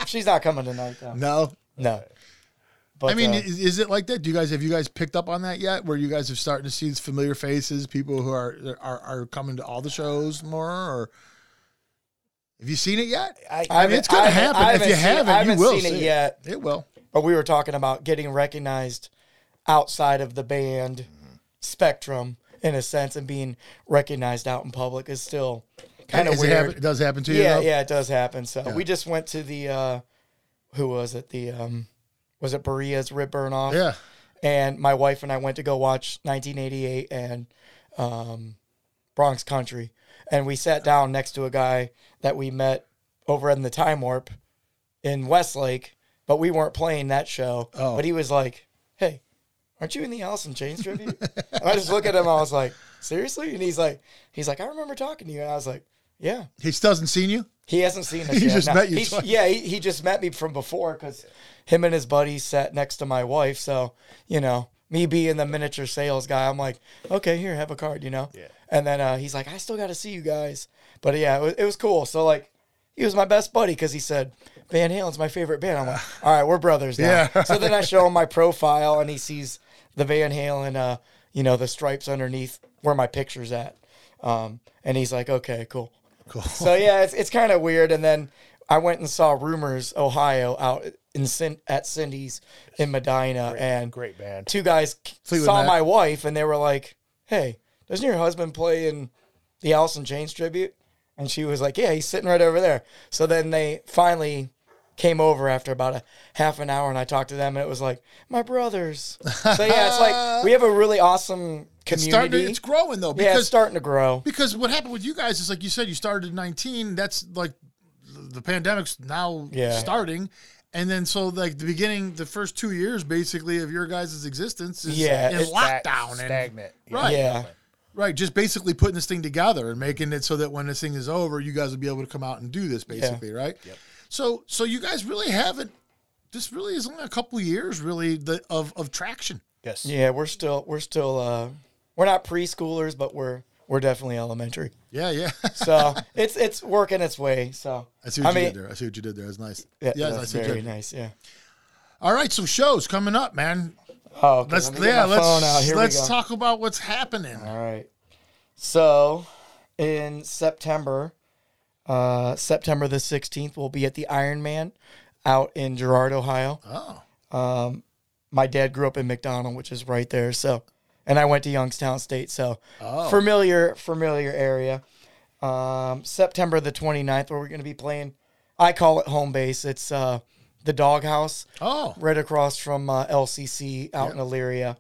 Speaker 2: She's not coming tonight, though. No.
Speaker 1: No.
Speaker 2: But,
Speaker 1: I mean,
Speaker 2: uh,
Speaker 1: is, is it like that? Do you guys have you guys picked up on that yet? Where you guys have started to see these familiar faces, people who are are, are coming to all the shows more, or have you seen it yet?
Speaker 3: I,
Speaker 1: I mean, it's going to
Speaker 2: haven't-
Speaker 1: happen.
Speaker 2: I
Speaker 1: if you
Speaker 2: haven't seen-
Speaker 1: haven't,
Speaker 2: I
Speaker 1: you
Speaker 2: haven't
Speaker 1: will
Speaker 2: seen it
Speaker 1: see
Speaker 2: yet.
Speaker 1: It will.
Speaker 2: but we were talking about getting recognized outside of the band spectrum in a sense and being recognized out in public is still kind of
Speaker 1: Is It,
Speaker 2: weird.
Speaker 1: happen- it does happen to you.
Speaker 2: yeah,
Speaker 1: though?
Speaker 2: yeah, it does happen. So we just went to the uh who was it? The um was it Berea's rib burn off?
Speaker 1: yeah.
Speaker 2: And my wife and I went to go watch 1988 and um Bronx Country. And we sat down next to a guy that we met over in the time warp in Westlake, but we weren't playing that show.
Speaker 1: Oh.
Speaker 2: But he was like, Hey, aren't you in the Allison Chains tribute? and I just look at him, I was like, Seriously? And he's like he's like, I remember talking to you. And I was like, Yeah.
Speaker 1: He still hasn't seen you.
Speaker 2: He hasn't seen us
Speaker 1: He
Speaker 2: yet.
Speaker 1: just met you
Speaker 2: he's-
Speaker 1: twice.
Speaker 2: Yeah, he, he just met me from before because him and his buddy sat next to my wife. So, you know, me being the miniature sales guy, I'm like, okay, here, have a card, you know? Yeah. And then uh, he's like, I still got to see you guys. But yeah, it was, it was cool. So, like, he was my best buddy because he said, Van Halen's my favorite band. I'm like, all right, we're brothers now.
Speaker 1: Yeah.
Speaker 2: so then I show him my profile and he sees the Van Halen, uh, you know, the stripes underneath where my picture's at. Um, and he's like, okay, cool. So yeah, it's, it's kind of weird. And then I went and saw Rumors Ohio out in Cin- at Cindy's in Medina, and
Speaker 3: great band.
Speaker 2: Two guys k-
Speaker 1: Fleetwood
Speaker 2: saw
Speaker 1: Mac.
Speaker 2: my wife, and they were like, "Hey, doesn't your husband play in the Allison Chains tribute?" And she was like, "Yeah, he's sitting right over there." So then they finally came over after about a half an hour, and I talked to them, and it was like my brothers. So yeah, it's like we have a really awesome
Speaker 1: It's starting.
Speaker 2: community.
Speaker 1: To, it's growing though.
Speaker 2: yeah, it's
Speaker 1: Because
Speaker 2: starting to grow.
Speaker 1: because what happened with you guys is like you said you started in 19 that's like the pandemic's now
Speaker 2: Yeah.
Speaker 1: starting and then so like the beginning the first two years basically of your guys' existence is
Speaker 2: Yeah,
Speaker 1: in
Speaker 2: it's
Speaker 3: That
Speaker 1: lockdown and
Speaker 3: stagnant.
Speaker 1: right
Speaker 2: Yeah.
Speaker 1: right just basically putting this thing together and making it so that when this thing is over you guys will be able to come out and do this basically right so so you guys really haven't this really is only a couple years really the, of of traction
Speaker 3: Yes.
Speaker 2: Yeah, we're still we're still uh we're not preschoolers, but we're we're definitely elementary.
Speaker 1: yeah yeah
Speaker 2: So it's it's working its way. So
Speaker 1: i see what you did there i see what you did there it's nice
Speaker 2: Yeah,
Speaker 1: Yes,
Speaker 2: that's
Speaker 1: I see what you
Speaker 2: very
Speaker 1: did.
Speaker 2: nice. Yeah.
Speaker 1: all right so shows coming up man
Speaker 2: Oh, okay,
Speaker 1: Let's
Speaker 2: let me get
Speaker 1: yeah,
Speaker 2: my phone out.
Speaker 1: let's
Speaker 2: Here we
Speaker 1: let's
Speaker 2: go.
Speaker 1: talk about what's happening.
Speaker 2: All right. So in September, uh, September the 16th, we'll be at the Iron Man out in Girard, Ohio. Oh. Um, my dad grew up in McDonald, which is right there. So, and I went to Youngstown State. So familiar, familiar area. Um, September the 29th, where we're going to be playing, I call it home base. It's, uh, the doghouse
Speaker 1: Oh,
Speaker 2: right across from uh, LCC out in Elyria.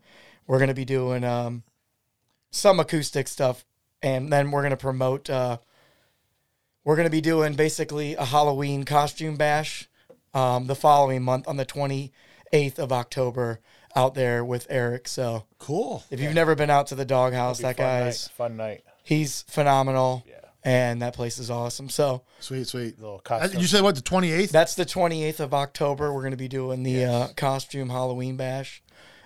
Speaker 2: We're going to be doing um, some acoustic stuff, and then we're going to promote. Uh, we're going to be doing basically a Halloween costume bash um, the following month on the 28th of October out there with Eric. So
Speaker 1: cool.
Speaker 2: if you've never been out to the doghouse, that
Speaker 3: Fun night.
Speaker 2: guy's
Speaker 3: Fun night.
Speaker 2: he's phenomenal, and that place is awesome. So
Speaker 1: Sweet, sweet.
Speaker 3: Little
Speaker 1: Uh,
Speaker 3: costume.
Speaker 1: You said what the twenty eighth?
Speaker 2: That's the 28th of October. We're going to be doing the uh, costume Halloween bash,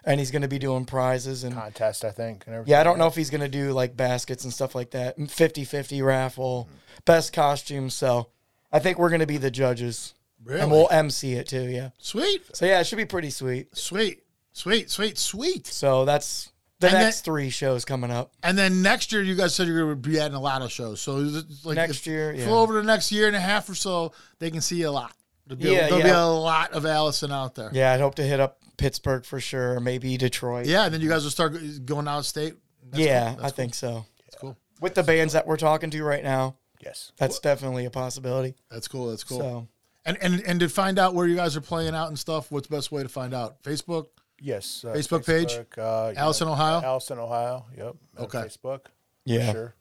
Speaker 2: and he's going to be doing prizes and
Speaker 3: contest, I think. And everything.
Speaker 2: yeah. I don't know if he's going to do like baskets and stuff like that. 50-50 raffle,
Speaker 1: Mm-hmm.
Speaker 2: best costume. So I think we're going to be the judges,
Speaker 1: Really?
Speaker 2: and we'll MC it too. Yeah.
Speaker 1: Sweet,
Speaker 2: So yeah, it should be pretty sweet.
Speaker 1: sweet, sweet, sweet, sweet.
Speaker 2: So that's the
Speaker 1: And
Speaker 2: next
Speaker 1: that-
Speaker 2: three shows coming up.
Speaker 1: And then next year, you guys said you're going to be adding a lot of shows. So is it like
Speaker 2: Next
Speaker 1: if-
Speaker 2: year,
Speaker 1: if
Speaker 2: yeah.
Speaker 1: we're over the next year and a half or so, they can see you a lot. There'll be,
Speaker 2: Yeah,
Speaker 1: there'll be
Speaker 2: yeah.
Speaker 1: a lot of Allison out there.
Speaker 2: Yeah, I'd hope to hit up Pittsburgh for sure, or maybe Detroit.
Speaker 1: Yeah, and then you guys will start go- going out of state. That's
Speaker 2: yeah,
Speaker 1: cool.
Speaker 2: I
Speaker 1: That's cool.
Speaker 2: think so.
Speaker 1: That's cool.
Speaker 2: With the bands that we're talking to right now,
Speaker 3: Yes.
Speaker 2: that's definitely a possibility.
Speaker 1: That's cool. That's cool.
Speaker 2: So.
Speaker 1: And and and to find out where you guys are playing out and stuff, what's the best way to find out? Facebook.
Speaker 3: Yes. Uh,
Speaker 1: Facebook page?
Speaker 3: Uh, yeah.
Speaker 1: Allison, Ohio?
Speaker 3: Allison, Ohio. Yep. And
Speaker 1: Okay.
Speaker 3: Facebook.
Speaker 2: Yeah.
Speaker 3: Sure.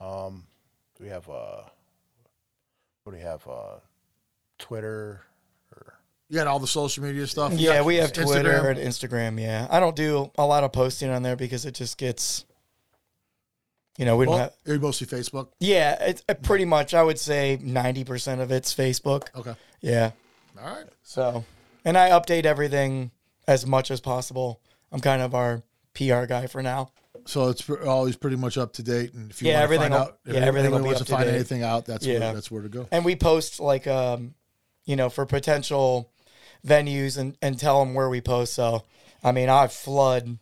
Speaker 3: Um, we have uh, what do we have? Uh, Twitter.
Speaker 1: You got all the social media stuff.
Speaker 2: Yeah, we have
Speaker 1: Instagram.
Speaker 2: Twitter and Instagram. Yeah, I don't do a lot of posting on there because it just gets You know, we don't
Speaker 1: Well,
Speaker 2: have.
Speaker 1: are you mostly Facebook?
Speaker 2: Yeah, it's uh, pretty much. I would say ninety percent of it's Facebook.
Speaker 1: Okay.
Speaker 2: Yeah.
Speaker 1: All right.
Speaker 2: So, and I update everything as much as possible. I'm kind of our PR guy for now.
Speaker 1: So it's pre- always pretty much up to date, and if you want
Speaker 2: Yeah,
Speaker 1: to
Speaker 2: everything
Speaker 1: find
Speaker 2: will-
Speaker 1: out, if
Speaker 2: yeah, everything will
Speaker 1: anyone
Speaker 2: be
Speaker 1: wants
Speaker 2: up
Speaker 1: to
Speaker 2: to
Speaker 1: find
Speaker 2: date.
Speaker 1: anything out, that's
Speaker 2: Yeah.
Speaker 1: where, that's where to go.
Speaker 2: and we post like um you know for potential venues and and tell them where we post so i mean i flood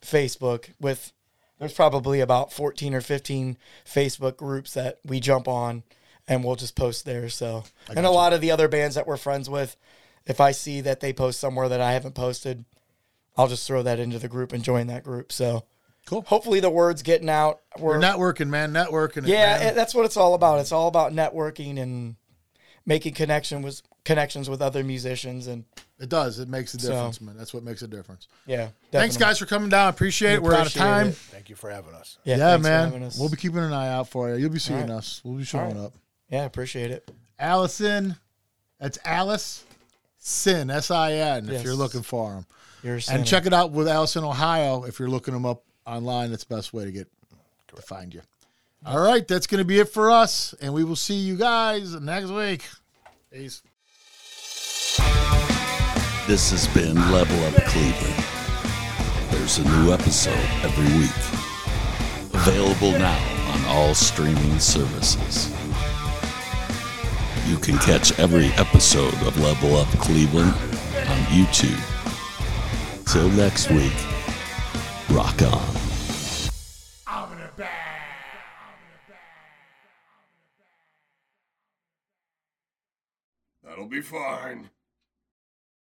Speaker 2: facebook with there's probably about 14 or 15 facebook groups that we jump on and we'll just post there so and a lot of the other bands that we're friends with if i see that they post somewhere that i haven't posted i'll just throw that into the group and join that group so
Speaker 1: Cool.
Speaker 2: hopefully the word's getting out we're
Speaker 1: We're networking, man. Networking. it,
Speaker 2: yeah,
Speaker 1: man.
Speaker 2: it- that's what it's all about. It's all about networking and making connection with connections with other musicians and
Speaker 1: It does. It makes a difference, man. That's what makes a difference.
Speaker 2: yeah.
Speaker 1: Thanks,
Speaker 2: definitely.
Speaker 1: guys, for coming down. Appreciate it. We're out of
Speaker 2: Appreciate
Speaker 1: time.
Speaker 2: it.
Speaker 3: Thank you for having us.
Speaker 2: Yeah,
Speaker 1: Yeah,
Speaker 2: thanks for having
Speaker 1: man.
Speaker 2: us.
Speaker 1: We'll be keeping an eye out for you. You'll be seeing
Speaker 2: right.
Speaker 1: us. We'll be showing up.
Speaker 2: Yeah, appreciate it.
Speaker 1: Allison. That's Alice Sin, S I N, if
Speaker 2: Yes.
Speaker 1: you're looking for him.
Speaker 2: You're a
Speaker 1: And
Speaker 2: sinner.
Speaker 1: check it out with Allison, Ohio. If you're looking him up online, that's the best way to get to find you. All right, that's going to be it for us, and we will see you guys next week. Peace.
Speaker 4: This has been Level Up Cleveland. There's a new episode every week. Available now on all streaming services. You can catch every episode of Level Up Cleveland on YouTube. Till next week, rock on.
Speaker 7: That'll be fine.